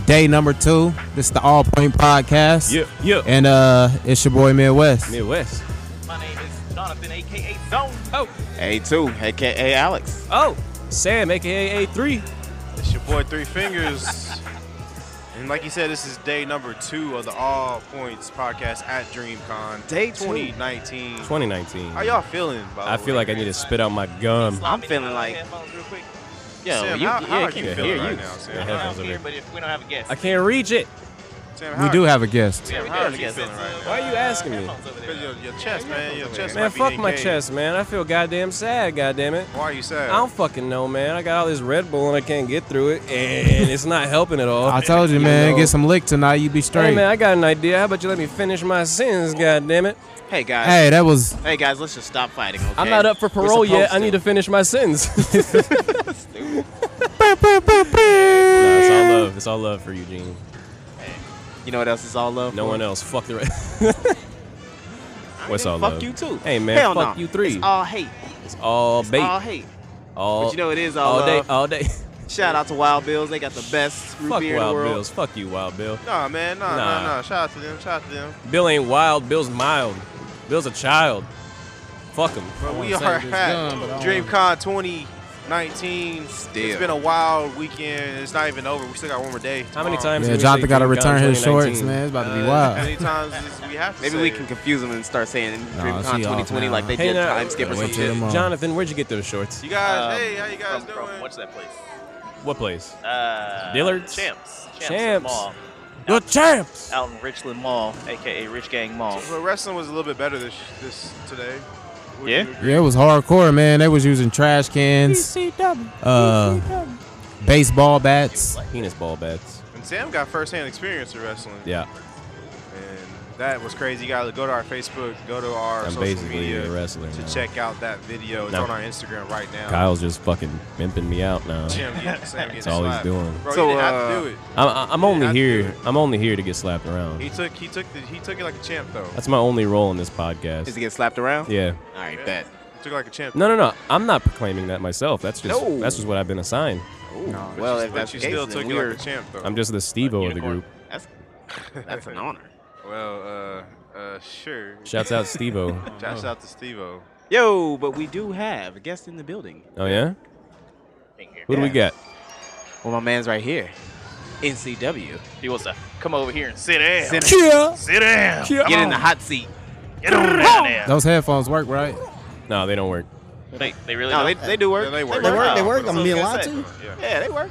day number two. This is the All Point Podcast. Yeah, yeah. And uh, it's your boy Midwest. Midwest. My name is Jonathan, aka Zone. A two, aka Alex. Oh, Sam, aka A3. It's your boy, Three Fingers. and like you said, this is day number two of the All Points podcast at DreamCon. Day 2019. 2019. How y'all feeling? By the I feel way? like I need to spit out my gum. I'm feeling like- Yo, Sam, you, how, how yeah, are keep you it. feeling hear right you. now, Yeah, Sam? heck. headphones Around over here, here. but if we don't have a guest, I can't reach it. Sam, how We are do you- have a guest. Yeah, we how got are a you guest. feeling right now? Why are you asking me? Headphones over there. Because your, your chest, man. Your chest Man, might be fuck my decayed. chest, man. I feel goddamn sad, goddamn it. Why are you sad? I don't fucking know, man. I got all this Red Bull and I can't get through it, and it's not helping at all. I told you, man, know. get some lick tonight. You be straight. Hey, man, I got an idea. How about you let me finish my sentence, goddamn it? Hey guys. Hey. Hey, that was guys, let's just stop fighting. Okay? I'm not up for We're parole yet. supposed I need to finish my sentence. it's all love. It's all love for Eugene. You know what else is all love? No for? one else. Fuck the rest. What's Then all fuck love? you too. Hey, man, Hell fuck no. you three. It's all hate. It's all bait. All hate. all But you know it is all, uh, all day. love. All day. Shout out to Wild Bills. They got the best root Fuck beer in Wild the world. Bills. Fuck you, Wild Bill. Nah, man. Nah, nah, Nah. nah. Shout out to them. Shout out to them. Bill ain't wild. Bill's mild. Bill's a child. Fuck him. But we are at DreamCon 2019. It's Still. been a wild weekend. It's not even over. We still got one more day. How many tomorrow. times Yeah, Jonathan got to return his shorts, man. It's about to be As wild. many times as we have to Maybe say we it. can confuse them and start saying Nah, DreamCon she off 2020 now. like they Hey, did now- time skip or Wait something. till tomorrow. Jonathan, where'd you get those shorts? You guys, Um, hey, how you guys from, doing? From, what's that place? What place? Uh, Dillard's? Champs. Champs. Champs. Mall. The champs. Out in Richland Mall, aka Rich Gang Mall. Well, wrestling was a little bit better this this today. Would Yeah? you agree? Yeah, it was hardcore, man. They was using trash cans, ECW, uh, baseball bats. Penis ball bats. And Sam got firsthand experience with wrestling. Yeah, And that was crazy. You gotta go to our Facebook, go to our I'm social basically media a wrestler to now. check out that video. It's No. on our Instagram right Oh. now. Kyle's just fucking pimping me out now. Sam getting, Sam That's getting all he's slapped. doing. Bro, So, you didn't have uh, to do it. I'm, I'm only here. I'm only here to get slapped around. He took he took the, he took it like a champ though. That's my only role in this podcast. Is to get slapped around? Yeah. All right, bet. He took it like a champ. No, no, no. I'm not proclaiming that myself. That's just No. that's just what I've been assigned. No, well, if but that's you the case, still then took it we like are- a champ though. I'm just the Stevo of the group. That's that's an honor. Well, uh, uh, sure. Shouts out Stevo. Shouts out to Stevo. Yo, but we do have a guest in the building. Oh yeah. Who do we Yeah. get? Well, my man's right here. NCW. He wants to come over here and sit down. Sit down. Sit down. Get in the hot seat. Get on down there. Those headphones work, right? No, they don't work. They, they really No, they, don't. they do work. Yeah, they work. They work. They work? That's what I I'm was being gonna lied say. Yeah. Yeah, they work.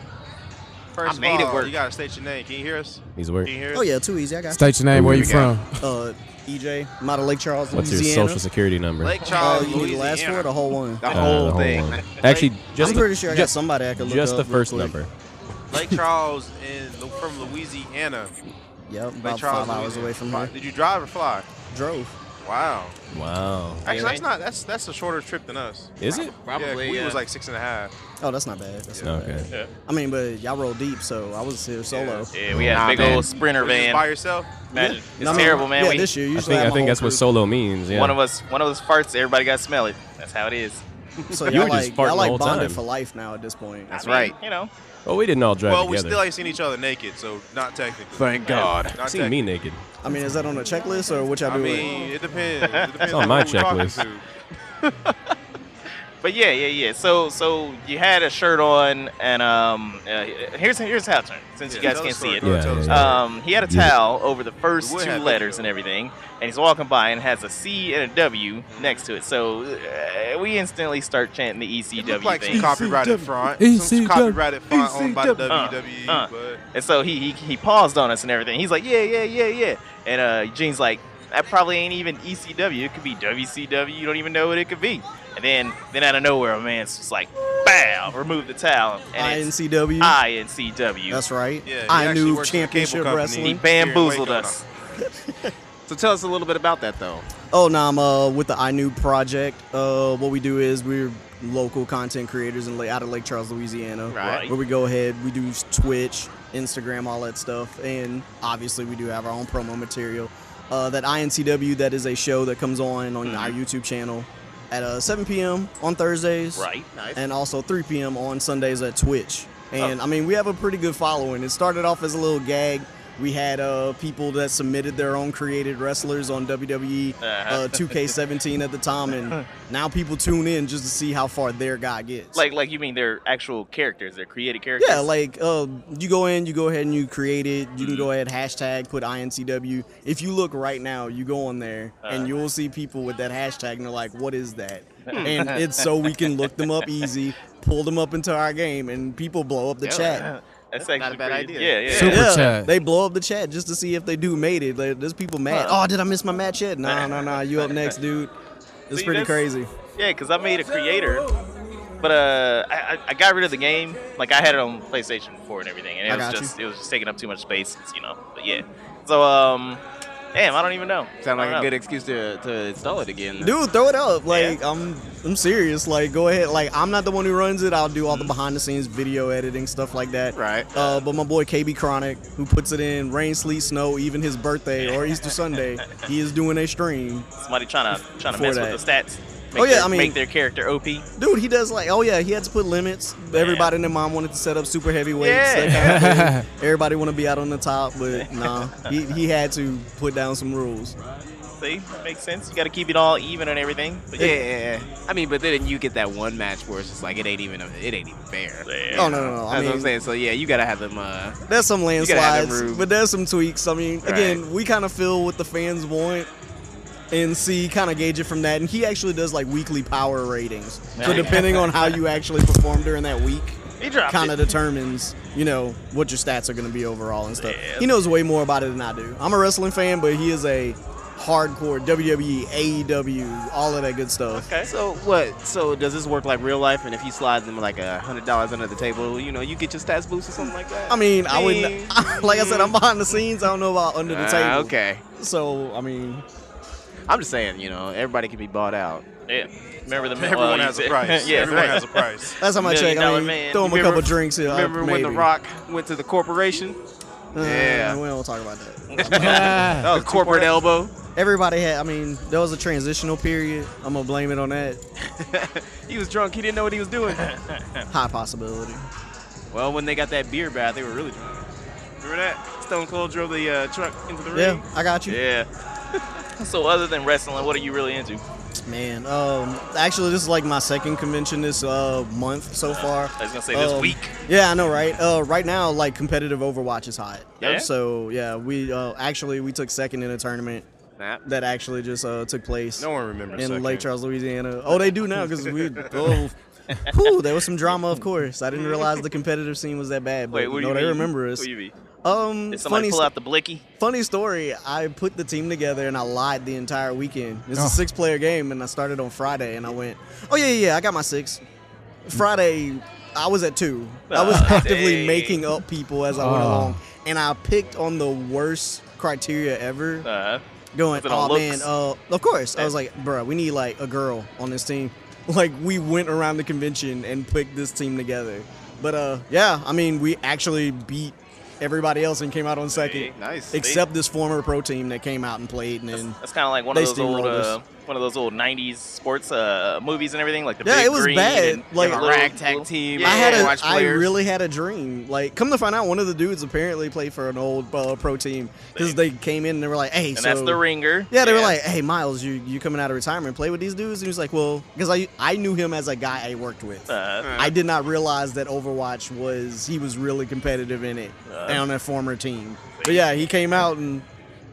First I of made it all, work. You gotta state your name. Can you hear us? He's work. Can you hear us? Oh yeah, too easy. I got. State your name. Where you from? Uh, EJ, I'm out of Lake Charles, What's your Louisiana. social security number? Lake Charles, Oh, you need the last Louisiana. four, the whole one. The Uh, whole the whole thing. one. Actually, just I'm the- pretty sure I got just- somebody I could look just up the real first quick. number. Oh. Lake Charles in from Louisiana. Yep, Lake about Charles, five hours Louisiana. away from Fi- here. Did you drive or fly? Drove. Wow. Wow. Actually, right. that's not that's that's a shorter trip than us. Is it? yeah, Probably. we yeah. was like six and a half. Oh, that's not bad. That's not Okay. bad. I mean, but y'all roll deep, so I was here solo. Yeah, we had Nah, a big man. old sprinter Was you just by van. yourself? Man, Yeah. It's No, no, terrible, man. Yeah, we, this year I usually think have I my think whole that's what crew. solo means. Yeah. One of us, one of us farts. Everybody got to smell it. That's how it is. So You y'all were just like, farting the y'all whole like bonded time. for life now at this point. That's I mean, right. You know, Well, we didn't all drive Well, we together. still ain't seen each other naked, so not technically. Thank God. Not seen me naked. I mean, is that on a checklist or what y'all I doing? mean, it depends. It depends on who my we're talking checklist. to. but yeah, yeah, yeah. So, so you had a shirt on, and um, uh, here's here's how it turned. Since you Yeah, guys tell can't the story. see it, Go Yeah, ahead, tell the yeah, story. Um, he had a Yeah. towel over the first We would two have letters video. and everything, and he's walking by and has a C and a W next to it. So uh, we instantly start chanting the It ECW looked like thing. some copyrighted font. Some ECW. copyrighted font owned by Uh, WWE, uh. but And so he, he he paused on us and everything. He's like, yeah, yeah, yeah, yeah. And uh, Eugene's like, that probably ain't even ECW. It could be WCW. You don't even know what it could be. And then then out of nowhere, a man's just like, bam, remove the towel. And it's INCW. INCW. that's right. Ah, Yeah, he I actually knew works for the cable championship company. he wrestling. bamboozled Here in Waco, us. So tell us a little bit about that, though. Oh, no, I'm uh, with the I Knew project. Uh, what we do is we're local content creators in La- out of Lake Charles, Louisiana. Right. Where we go ahead, we do Twitch, Instagram, all that stuff, and obviously we do have our own promo material. Uh, that INCW, that is a show that comes on on our Mm-hmm. YouTube channel at uh, 7 p.m. on Thursdays. Right. Nice. and also 3 p.m. on Sundays at Twitch. And I mean, we have a pretty good following. It started off as a little gag. We had uh, people that submitted their own created wrestlers on WWE uh, 2K17 at the time, and now people tune in just to see how far their guy gets. Like like you mean they're actual characters, they're created characters. yeah, like uh, you go in, you go ahead and you create it. You can go ahead Mm-hmm. hashtag put INCW. If you look right now, you go on there Uh. and you'll see people with that hashtag, and they're like, "What is that?" Hmm. and it's so we can look them up easy, pull them up into our game, and people blow up the chat. that's actually not a bad pretty- idea. Yeah, yeah. Super Yeah, chat. They blow up the chat just to see if they do made it. Like, there's people mad. Oh, did I miss my match yet? No, no, no. You up next, dude. It's See, pretty that's- crazy. Yeah, because I made a creator, but uh, I, I- I got rid of the game. Like I had it on PlayStation before and everything, and I it was got just it was just taking up too much space, you know. But yeah, so um, damn, I don't even know. Sound I like don't a know. good excuse to, to install it again. Dude, throw it up. Like I'm I'm serious. Like go ahead. Like I'm not the one who runs it. I'll do all the behind the scenes video editing stuff like that. Right. Uh, but my boy KB Chronic, who puts it in rain, sleet, snow, even his birthday or Easter Sunday, he is doing a stream. Somebody trying to trying to Before mess with that. the stats. Make oh yeah, their- I mean, make their character OP. Dude, he does like, oh yeah, he had to put limits. Everybody and their mom wanted to set up super heavyweights. Yeah. that kind of thing. Everybody want to be out on the top, but nah, he, he had to put down some rules. See, makes sense. You got to keep it all even and everything. But Yeah, yeah, yeah. I mean, but then you get that one match where it's just like it ain't even it ain't even fair. Oh, no, no, no. That's I what I'm mean- saying. So yeah, you gotta have them. Uh, There's some you gotta have them landslides, rude. but there's some tweaks. I mean, Right. again, we kind of feel what the fans want and see, kind of gauge it from that. And he actually does like weekly power ratings. So Yeah. depending on how you actually perform during that week, He dropped kind it. of determines, you know, what your stats are going to be overall and stuff. He knows way more about it than I do. I'm a wrestling fan, but he is a hardcore E, WWE, AEW, all of that good stuff. Okay. So what? So does this work like real life? And if you slide them like a hundred dollars under the table, you know, you get your stats boost or something like that. I mean, I would like I said, I'm behind the scenes. I don't know about under the Ah, table. okay. So I mean, I'm just saying, you know, everybody can be bought out. Yeah. Remember the mil- Everyone well, you has a said- price. yeah, Everyone right. has a price. Last time I Million checked, I dollar mean, man. throw him a Remember- couple drinks. He'll, Remember when The Uh, maybe. Rock went to the corporation? Uh, yeah. we don't talk about that. that was corporate elbow. Everybody had. I mean, there was a transitional period. I'm gonna blame it on that. He was drunk. He didn't know what he was doing. High possibility. well, when they got that beer bath, they were really drunk. Remember that? Stone Cold drove the uh, truck into the Yeah, ring. I got you. Yeah. so other than wrestling, what are you really into? Man, um, actually, this is like my second convention this uh month so far. I was gonna say this Um, week. Yeah, I know, right? Uh, right now, like competitive Overwatch is hot. Yeah? So yeah, we uh, actually we took second in a tournament. That actually just uh, took place. No one remembers in second. Lake Charles, Louisiana. Oh, they do now because we. Oh, whew, there was some drama, of course. I didn't realize the competitive scene was that bad. But Wait, what do no, you they mean? remember us. What do you mean? Um, Did somebody funny pull sto- out the blicky? Funny story, I put the team together and I lied the entire weekend. It's Oh. a six player game and I started on Friday and I went, oh, yeah, yeah, yeah, I got my six. Friday, I was at two. I was Oh, actively dang. making up people as I went Oh. along and I picked on the worst criteria ever. Uh, Going, was it on oh man, looks?" uh, of course. I was like, bruh, we need like a girl on this team. Like we went around the convention and picked this team together. But uh, yeah, I mean, we actually beat everybody else and came out on second. nice. Except this former pro team that came out and played, and then That's kind of like one they of those old, steamrolled us. uh, one of those old '90s sports uh, movies and everything, like the Yeah, Big it was Green bad. and- Like- and the Little- Ragtag team. I had watch a, I players. really had a dream. Like, come to find out, one of the dudes apparently played for an old uh, pro team because they came in and they were like, "Hey, And so that's the ringer. Uh, Yeah, they were Yeah. like, "Hey, Miles, you you coming out of retirement? Play with these dudes?" And he was like, "Well, because I I knew him as a guy I worked with. I did not realize that Overwatch was he was really competitive in it and on a former team. But yeah, he came out and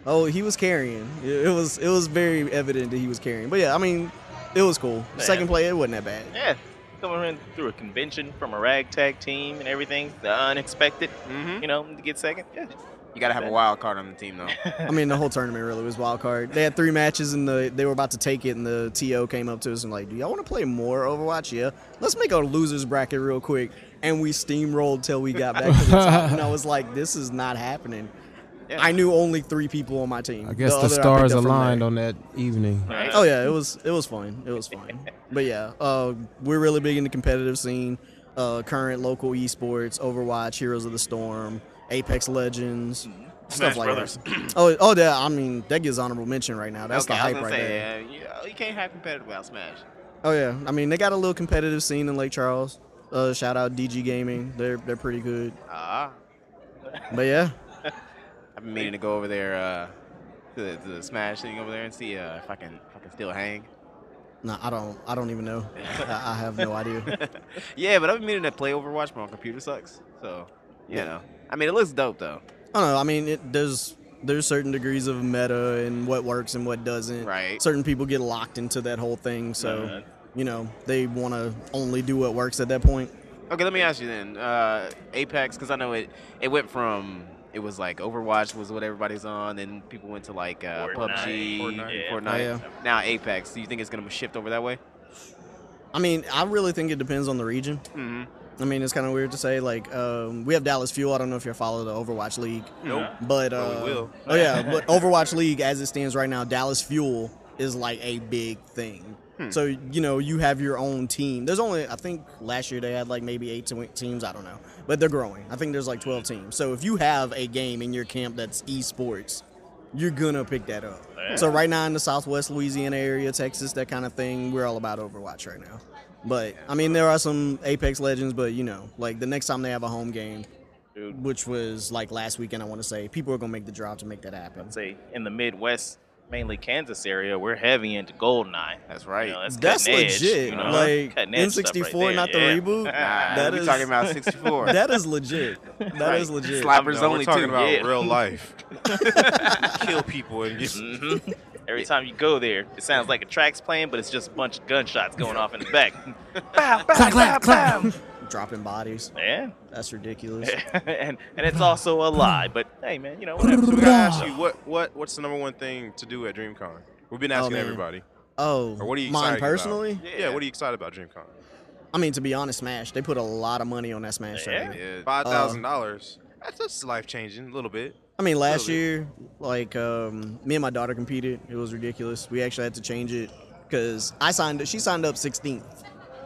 oh, he was carrying. It, it was it was very evident that he was carrying. But yeah, I mean, it was cool. Yeah. Second play, it wasn't that bad. Yeah, coming in through a convention from a ragtag team and everything, the unexpected. Mm-hmm. You know, to get second. Yeah, You gotta have a wild card on the team though. I mean, the whole tournament really was wild card. They had three matches, and the they were about to take it, and the TO came up to us and like, "Do y'all want to play more Overwatch? Yeah, let's make a losers bracket real quick." And we steamrolled till we got back to the top, and I was like, "This is not happening." I knew only three people on my team. I guess the, other I stars picked up from aligned on that evening. there. Oh yeah, it was it was fun. It was fun. but yeah, uh, we're really big in the competitive scene. Uh, current local esports, Overwatch, Heroes of the Storm, Apex Legends. Stuff Mm-hmm. Smash like Brothers. that. Oh, oh, yeah. I mean, that gets honorable mention right now. That's Okay, the I was hype gonna right say, there. Yeah, you, you can't have competitive without Smash. Oh yeah, I mean they got a little competitive scene in Lake Charles. Uh, shout out DG Gaming, they're they're pretty good. Ah. But yeah, I've been meaning to go over there uh, to, the, to the Smash thing over there and see uh, if I can if I can still hang. no, I don't I don't even know. I, I have no idea. yeah, but I've been meaning to play Overwatch, but my computer sucks. So you know, I mean, it looks dope though. I don't know. I mean, it, there's there's certain degrees of meta and what works and what doesn't. Right. Certain people get locked into that whole thing, so Mhm. you know they want to only do what works at that point. Okay, let me ask you then, uh, Apex, because I know it it went from it was like Overwatch was what everybody's on, then people went to like uh, PUBG, Fortnite. Fortnite, Yeah. Oh, now Apex. Do you think it's gonna shift over that way? I mean, I really think it depends on the region. Mhm. I mean, it's kind of weird to say. Like, um, we have Dallas Fuel. I don't know if you're follow the Overwatch League. Nope. But uh, Well, we will. oh yeah, but Overwatch League, as it stands right now, Dallas Fuel is like a big thing. Hmm. So you know, you have your own team. There's only I think last year they had like maybe eight to- teams. I don't know, but they're growing. I think there's like 12 teams. So if you have a game in your camp that's esports, you're gonna pick that up. Yeah. So right now in the Southwest Louisiana area, Texas, that kind of thing, we're all about Overwatch right now. But I mean, there are some Apex Legends, but you know, like the next time they have a home game, which was like last weekend, I want to say, people are gonna make the drop to make that happen. I'd say in the Midwest, mainly Kansas area, we're heavy into Goldeneye. That's right. that's That's cutting edge, legit. you know, like cutting edge stuff N64, right there, not the yeah. reboot. That Uh, we is- talking about 64. That is legit. That is Right. legit. Slappers No, we're only talking too. about Yeah. real life. Kill people and get. Mhm. Every time you go there, it sounds like a track's playing, but it's just a bunch of gunshots going off in the back. Bow, bow, bow, bow. Dropping bodies. Yeah. That's ridiculous. and and it's also a lie, but hey man, you know So whatever. we gotta ask you, what what what's the number one thing to do at DreamCon? We've been Oh, asking man. everybody. Oh, Or what are you mine excited personally? About? Yeah, what are you excited about DreamCon? I mean, to be honest, Smash. They put a lot of money on that Smash. trailer. five thousand Uh, dollars. That's just life changing a little bit. I mean, last Little bit. year, like um, me and my daughter competed. It was ridiculous. We actually had to change it because I signed. up. She signed up 16th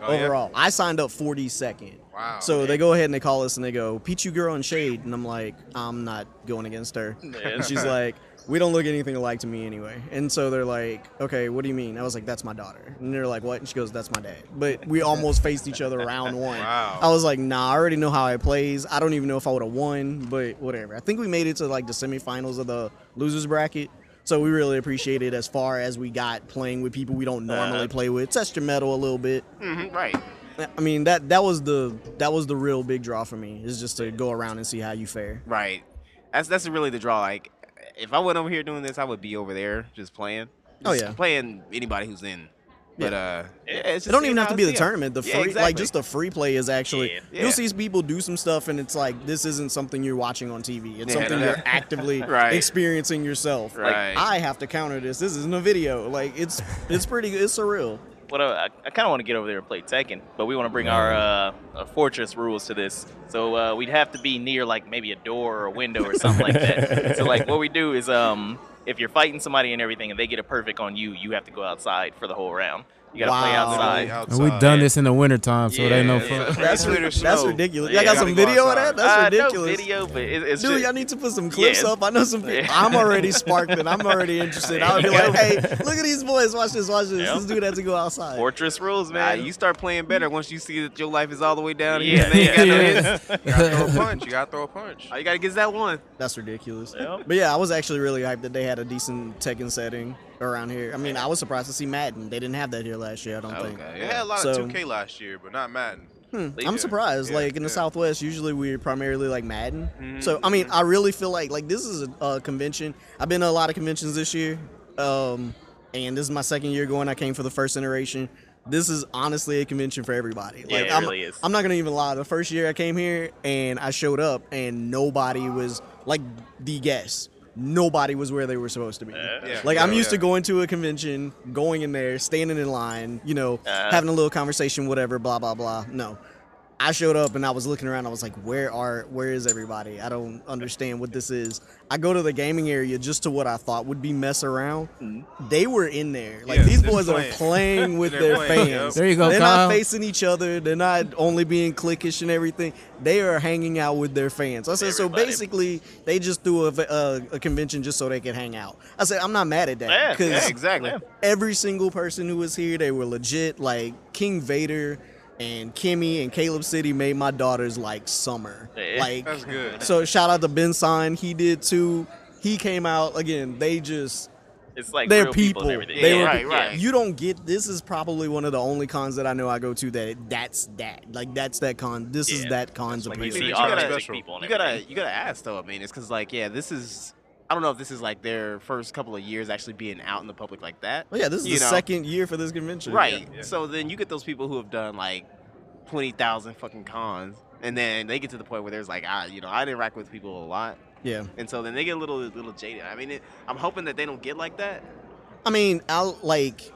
Oh, yeah? overall. I signed up 42nd. Wow. So they go ahead and they call us and they go, "Pichu girl in shade," and I'm like, "I'm not going against her." Yeah. And she's like, "We don't look anything alike to me anyway." And so they're like, "Okay, what do you mean?" I was like, "That's my daughter," and they're like, "What?" And she goes, "That's my dad." But we almost faced each other round one. Wow. I was like, nah, I already know how it plays. I don't even know if I would have won, but whatever. I think we made it to like the semifinals of the losers bracket. So we really appreciate it as far as we got playing with people we don't normally Uh-huh. play with. Test your metal a little bit. Mhm, right. I mean that that was the that was the real big draw for me is just to go around and see how you fare. Right. That's that's really the draw. Like, if I went over here doing this, I would be over there just playing. Oh, Just yeah. playing anybody who's in. But uh, yeah, it it's just don't even seeing have to how be the it's done. tournament. The free, Yeah, like exactly. just the free play is actually. Yeah. You'll see people do some stuff, and it's like this isn't something you're watching on TV. It's Yeah, something no. you're actively Right. experiencing yourself. Like, Right. I have to counter this. This isn't a video. Like it's it's pretty it's surreal. But uh, I, I kind of want to get over there and play Tekken, but we want to bring our, uh, our fortress rules to this. So uh, we'd have to be near like maybe a door or a window or something like that. so like what we do is um, if you're fighting somebody and everything and they get a perfect on you, you have to go outside for the whole round. You gotta play Wow. outside. And we done this in the wintertime, so it ain't no fun. That's, Twitter that's snow. ridiculous. Yeah. Y'all got some Gotta go video of that? That's outside. Uh, no ridiculous. video, but it- it's Dude, just- y'all need to put some clips Yeah. up. I know some. pe- Yeah. I'm already sparked and I'm already interested. I would be Yeah. like, hey, look at these boys. Watch this. Watch this. Yeah. This dude had to go outside. Fortress rules, Nah, man. you start playing better once you see that your life is all the way down here. Yeah, and then yeah. You gotta hit- You gotta throw a punch. You gotta throw a punch. All you gotta get is that one. That's ridiculous. Yep. But yeah, I was actually really hyped that they had a decent Tekken setting around here. I mean, I was surprised to see Madden. They didn't have that here last year, I don't think. They had a lot So, of 2K last year, but not Madden. hmm, I'm surprised. like in the Southwest, usually we're primarily like Madden. Mm-hmm, Mhm, So I mean, I really feel like like this is a, a convention. I've been to a lot of conventions this year, um, and this is my second year going. I came for the first iteration. This is honestly a convention for everybody. Yeah, Like, it I'm, really is. I'm not gonna even lie. The first year I came here and I showed up and nobody was like the guests. Nobody was where they were supposed to be. Yeah. Like I'm Yeah. used to going to a convention, going in there, standing in line, you know, Uh-huh. having a little conversation, whatever, blah blah blah. No, I showed up and I was looking around. I was like, where are, where is everybody? I don't understand what this is. I go to the gaming area just to what I thought would be mess around. Mm-hmm. They were in there. Like Yeah, these they're boys are playing. playing with They're their playing, fans. yep. There you go, They're Kyle. not facing each other. They're not only being cliquish and everything. They are hanging out with their fans. I said, so basically, they just threw a, a, a convention just so they could hang out. I said, I'm not mad at that Yeah, because yeah, exactly. every single person who was here, they were legit. Like King Vader and Kimmy and Caleb City made my daughters like summer. Yeah. Like That's good. So shout out to Ben Sign, he did too. He came out again. They just It's like they're real people. people and everything. They Yeah, were, right, right. You don't get this is probably one of the only cons that I know I go to that it, that's that. Like that's that con. This is that con's Like, appeal. but you gotta, you gotta, you gotta ask though. I mean, it's because like, yeah, this is. I don't know if this is like their first couple of years actually being out in the public like that. Well, yeah, this is you the know? second year for this convention. Right. So then you get those people who have done like twenty thousand fucking cons, and then they get to the point where there's like, ah, you know, I interact with people a lot, Yeah. and so then they get a little, little jaded. I mean, it, I'm hoping that they don't get like that. I mean, I like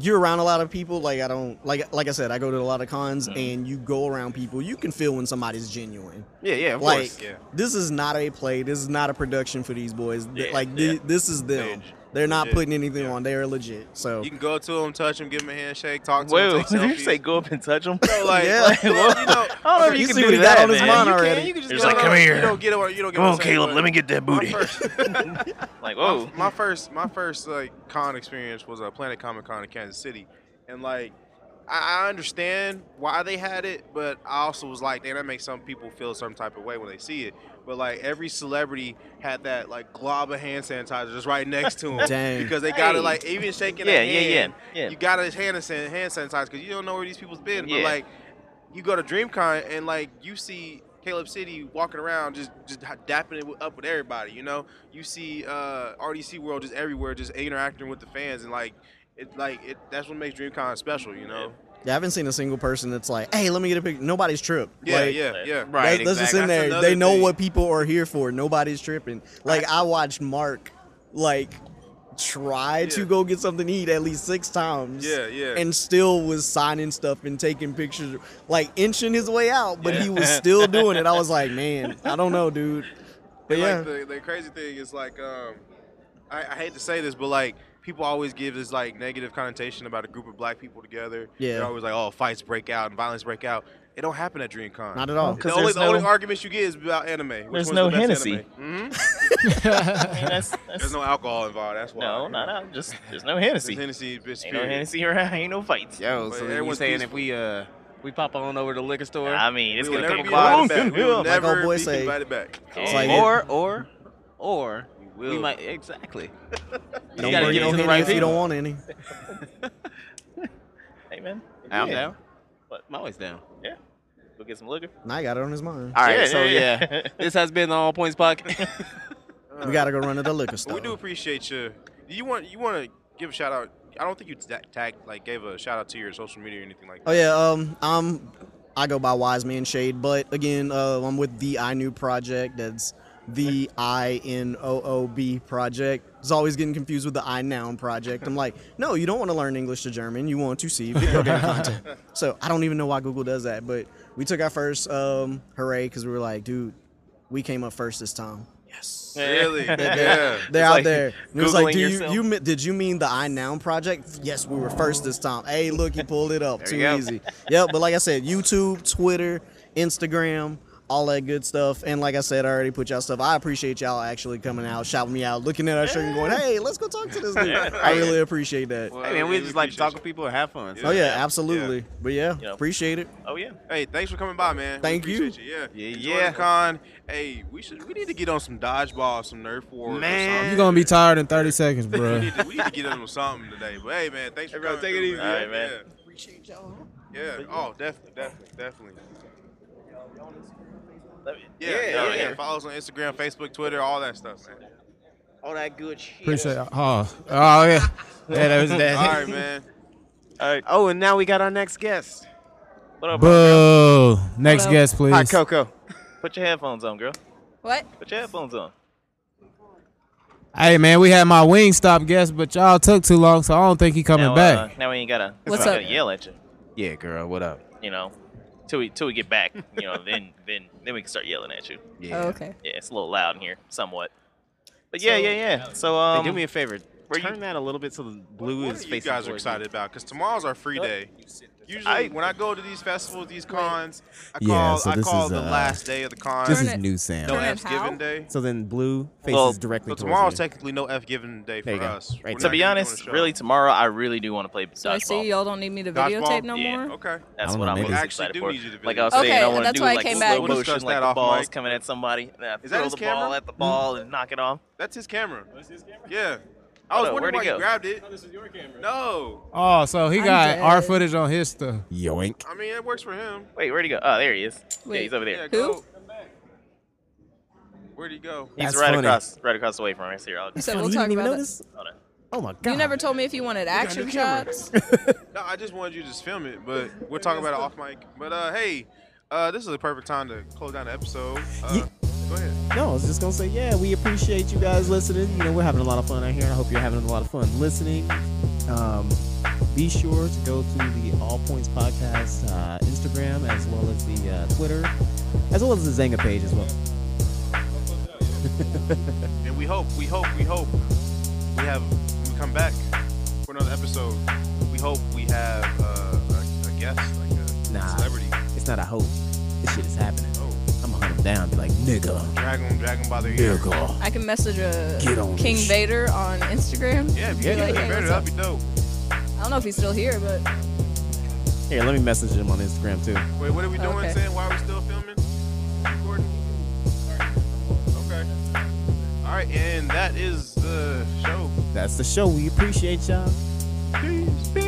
you're around a lot of people. Like I don't like like I said, I go to a lot of cons, Mm-hmm. and you go around people. You can feel when somebody's genuine. Yeah, yeah, of like course. Yeah. this is not a play. This is not a production for these boys. Th- Yeah, like thi- this is them. They're not Legit. putting anything on. They are legit. So You can go to him, touch him, give him a handshake, talk to Whoa, him, take did you selfies. say go up and touch him? Bro, like, yeah. like, well, you know, I don't know if you you, see can what do he that, got on his man. mind You can, already. You can just It's go like, up. come here. You don't get on- you don't get Come on on, the same Caleb, way. let me get that booty. My first- like, whoa. My, my first, my first like con experience was a Planet Comic Con in Kansas City, and like, I, I understand why they had it, but I also was like, damn, that makes some people feel some type of way when they see it. But like, every celebrity had that like glob of hand sanitizer just right next to them Dang. because they got it Hey. like even shaking. Yeah, a yeah, yeah, hand, yeah. You got to hand san- hand sanitizer because you don't know where these people's been. But Yeah. like, you go to DreamCon and like you see Caleb City walking around just just ha- dapping it wi- up with everybody. You know, you see uh, RDC World just everywhere, just interacting with the fans and like it like it. That's what makes DreamCon special. You know. yeah, I haven't seen a single person that's like, "Hey, let me get a picture." Nobody's tripped. Yeah, Like, yeah, yeah. that- That's just in there. They know what people are here for. Nobody's tripping. Like I watched Mark, like try to go get something to eat at least six times. Yeah, yeah. And still was signing stuff and taking pictures, like inching his way out, but he was still doing it. I was like, man, I don't know, dude. But And, yeah, like, the, the crazy thing is like, um, I, I hate to say this, but like people always give this like negative connotation about a group of black people together. Yeah. They're always like, oh, fights break out and violence break out. It don't happen at DreamCon. Not at all. 'Cause The only, there's the only no- arguments you get is about anime. Which There's one's no the best Hennessy. Anime? mean, that's- hmm There's no alcohol involved. That's why. No, no, no. Just there's no Hennessy. There's Hennessy, bitch, Ain't no period. Hennessy around. Ain't no fights. Yo, so then you everyone's saying peaceful. if we uh we pop on over to the liquor store? I mean, it's we will gonna never come be invited along. back. We will Like never old boy be say, invited back. it's Oh. like- or or or will. we might exactly. don't You gotta bring get no to Henny the right if you people. don't want any. Hey man. I'm Yeah. down. But I'm always down. yeah, go get some liquor. And I got it on his mind. All right, so yeah, this has been the All Points podcast. we gotta go run to the liquor But store. Uh, we do appreciate you. Do You want you want to give a shout out? I don't think you ta- tagged like gave a shout out to your social media or anything like. that. Oh yeah, um, I'm I go by Wise Man Shade, but again, uh, I'm with the I Knew Project. That's the I N O O B Project. It's always getting confused with the I Noun Project. I'm like, no, you don't want to learn English to German. You want to see video game content. So I don't even know why Google does that, but we took our first um, hooray because we were like, dude, we came up first this time. Yes. Really? They're, they're- Yeah. they're It's out like there. And It was like, Googling do you, yourself. you me- did you mean the I Noun Project? Yes, we were first this time. Hey, look, he pulled it up. There Too you go. easy. Yep. But like I said, YouTube, Twitter, Instagram, all that good stuff. And like I said, I already put y'all stuff. I appreciate y'all actually coming out, shouting me out, looking at our shirt, and going, "Hey, let's go talk to this dude." Yeah. I really appreciate that. hey man, we just like to talk with people and have fun. Oh yeah, absolutely. But yeah, appreciate it. Oh yeah. Hey, thanks for coming by, man. We Thank you. appreciate you. Yeah. Yeah, Enjoy yeah. the con. Hey, we should we need to get on some dodgeball, some nerf war, You're gonna be tired in 30 seconds, we, bro. need to, we need to get on something today. But hey, man, thanks for coming. take it through, easy. All right, man. Yeah. Appreciate y'all. Yeah. Oh, definitely, definitely, definitely. Yeah, yeah, oh, yeah, Follow us on Instagram, Facebook, Twitter, all that stuff, man. All that good shit. Appreciate it. Oh, oh yeah. Yeah, that was that. All right, man. All right. Oh, and now we got our next guest. What up, Boo. Next Well, guest, please. hi, Coco. Put your headphones on, girl. What? Put your headphones on. Hey, man, we had my Wingstop guest, but y'all took too long, so I don't think he coming now, back. Uh, now we ain't gotta, What's we up? gotta yell at you. Yeah, girl, what up? You know, till we till we get back. You know, then then then we can start yelling at you. Yeah. Oh, okay. Yeah, it's a little loud in here, somewhat. But yeah, So- yeah, yeah. So Hey, um, do me a favor. where you- Turn that a little bit so the blue What is are you facing. guys are towards excited about? Because tomorrow's our free day. Usually, I- when I go to these festivals, these cons, I call, Yeah, so I this call is, the uh, last day of the con. this is Turn it- new, Sam. No turn it F's how? given day. So then blue faces directly So towards tomorrow's you. technically no F given day for There you go. us. Right We're to not be gonna honest, really tomorrow I really do want to play So I dodgeball. see y'all don't need me to Dodgeball? videotape no Yeah. more. Okay. That's I what don't I'm know, most maybe- Actually excited do for. need you to like I was video. saying, Okay, I want to that's do why I like came slow back. We'll motion, discuss like that the off ball's mic. coming at somebody. and I Is that throw his the camera? ball at the ball and knock it off. That's his camera. That's Oh, his camera. Oh, Yeah. I was Hold up, wondering where'd why he you go? grabbed it. No, Oh, this is your camera. No. Oh, so he I'm got dead. our footage on his stuff. Yoink. I mean, it works for him. Wait, where'd he go? Oh, there he is. yeah, Wait, he's over there. yeah, go. Where'd he go? He's That's right funny. across, right across the way from us here. I'll You said we'll talk about this. Oh my You never told me if you wanted action shots. No, I just wanted you to just film it, but we're talking about it off mic. But uh, hey, uh, this is the perfect time to close down the episode. Uh, Go ahead. No, I was just gonna say, yeah, we appreciate you guys listening. You know, we're having a lot of fun out here, and I hope you're having a lot of fun listening. Um, be sure to go to the All Points Podcast uh, Instagram as well as the uh, Twitter, as well as the Zanga page as well. and we hope, we hope, we hope we have when we come back for another episode. We hope we have uh, a, a guest, like a Nah, celebrity. it's not a hope. This shit is happening. I'm gonna hunt him down. and Be like, nigga, Drag him, drag him by the ear. nigga. I can message a Get on King this shit. Vader on Instagram. Yeah, Be yeah, like, hey, better, what's that'd up? be dope. I don't know if he's still here, but Here, let me message him on Instagram too. Wait, what are we doing? Okay. Saying why are we still filming? Recording? Okay. All right, and that is the show. That's the show. We appreciate y'all. Peace, peace.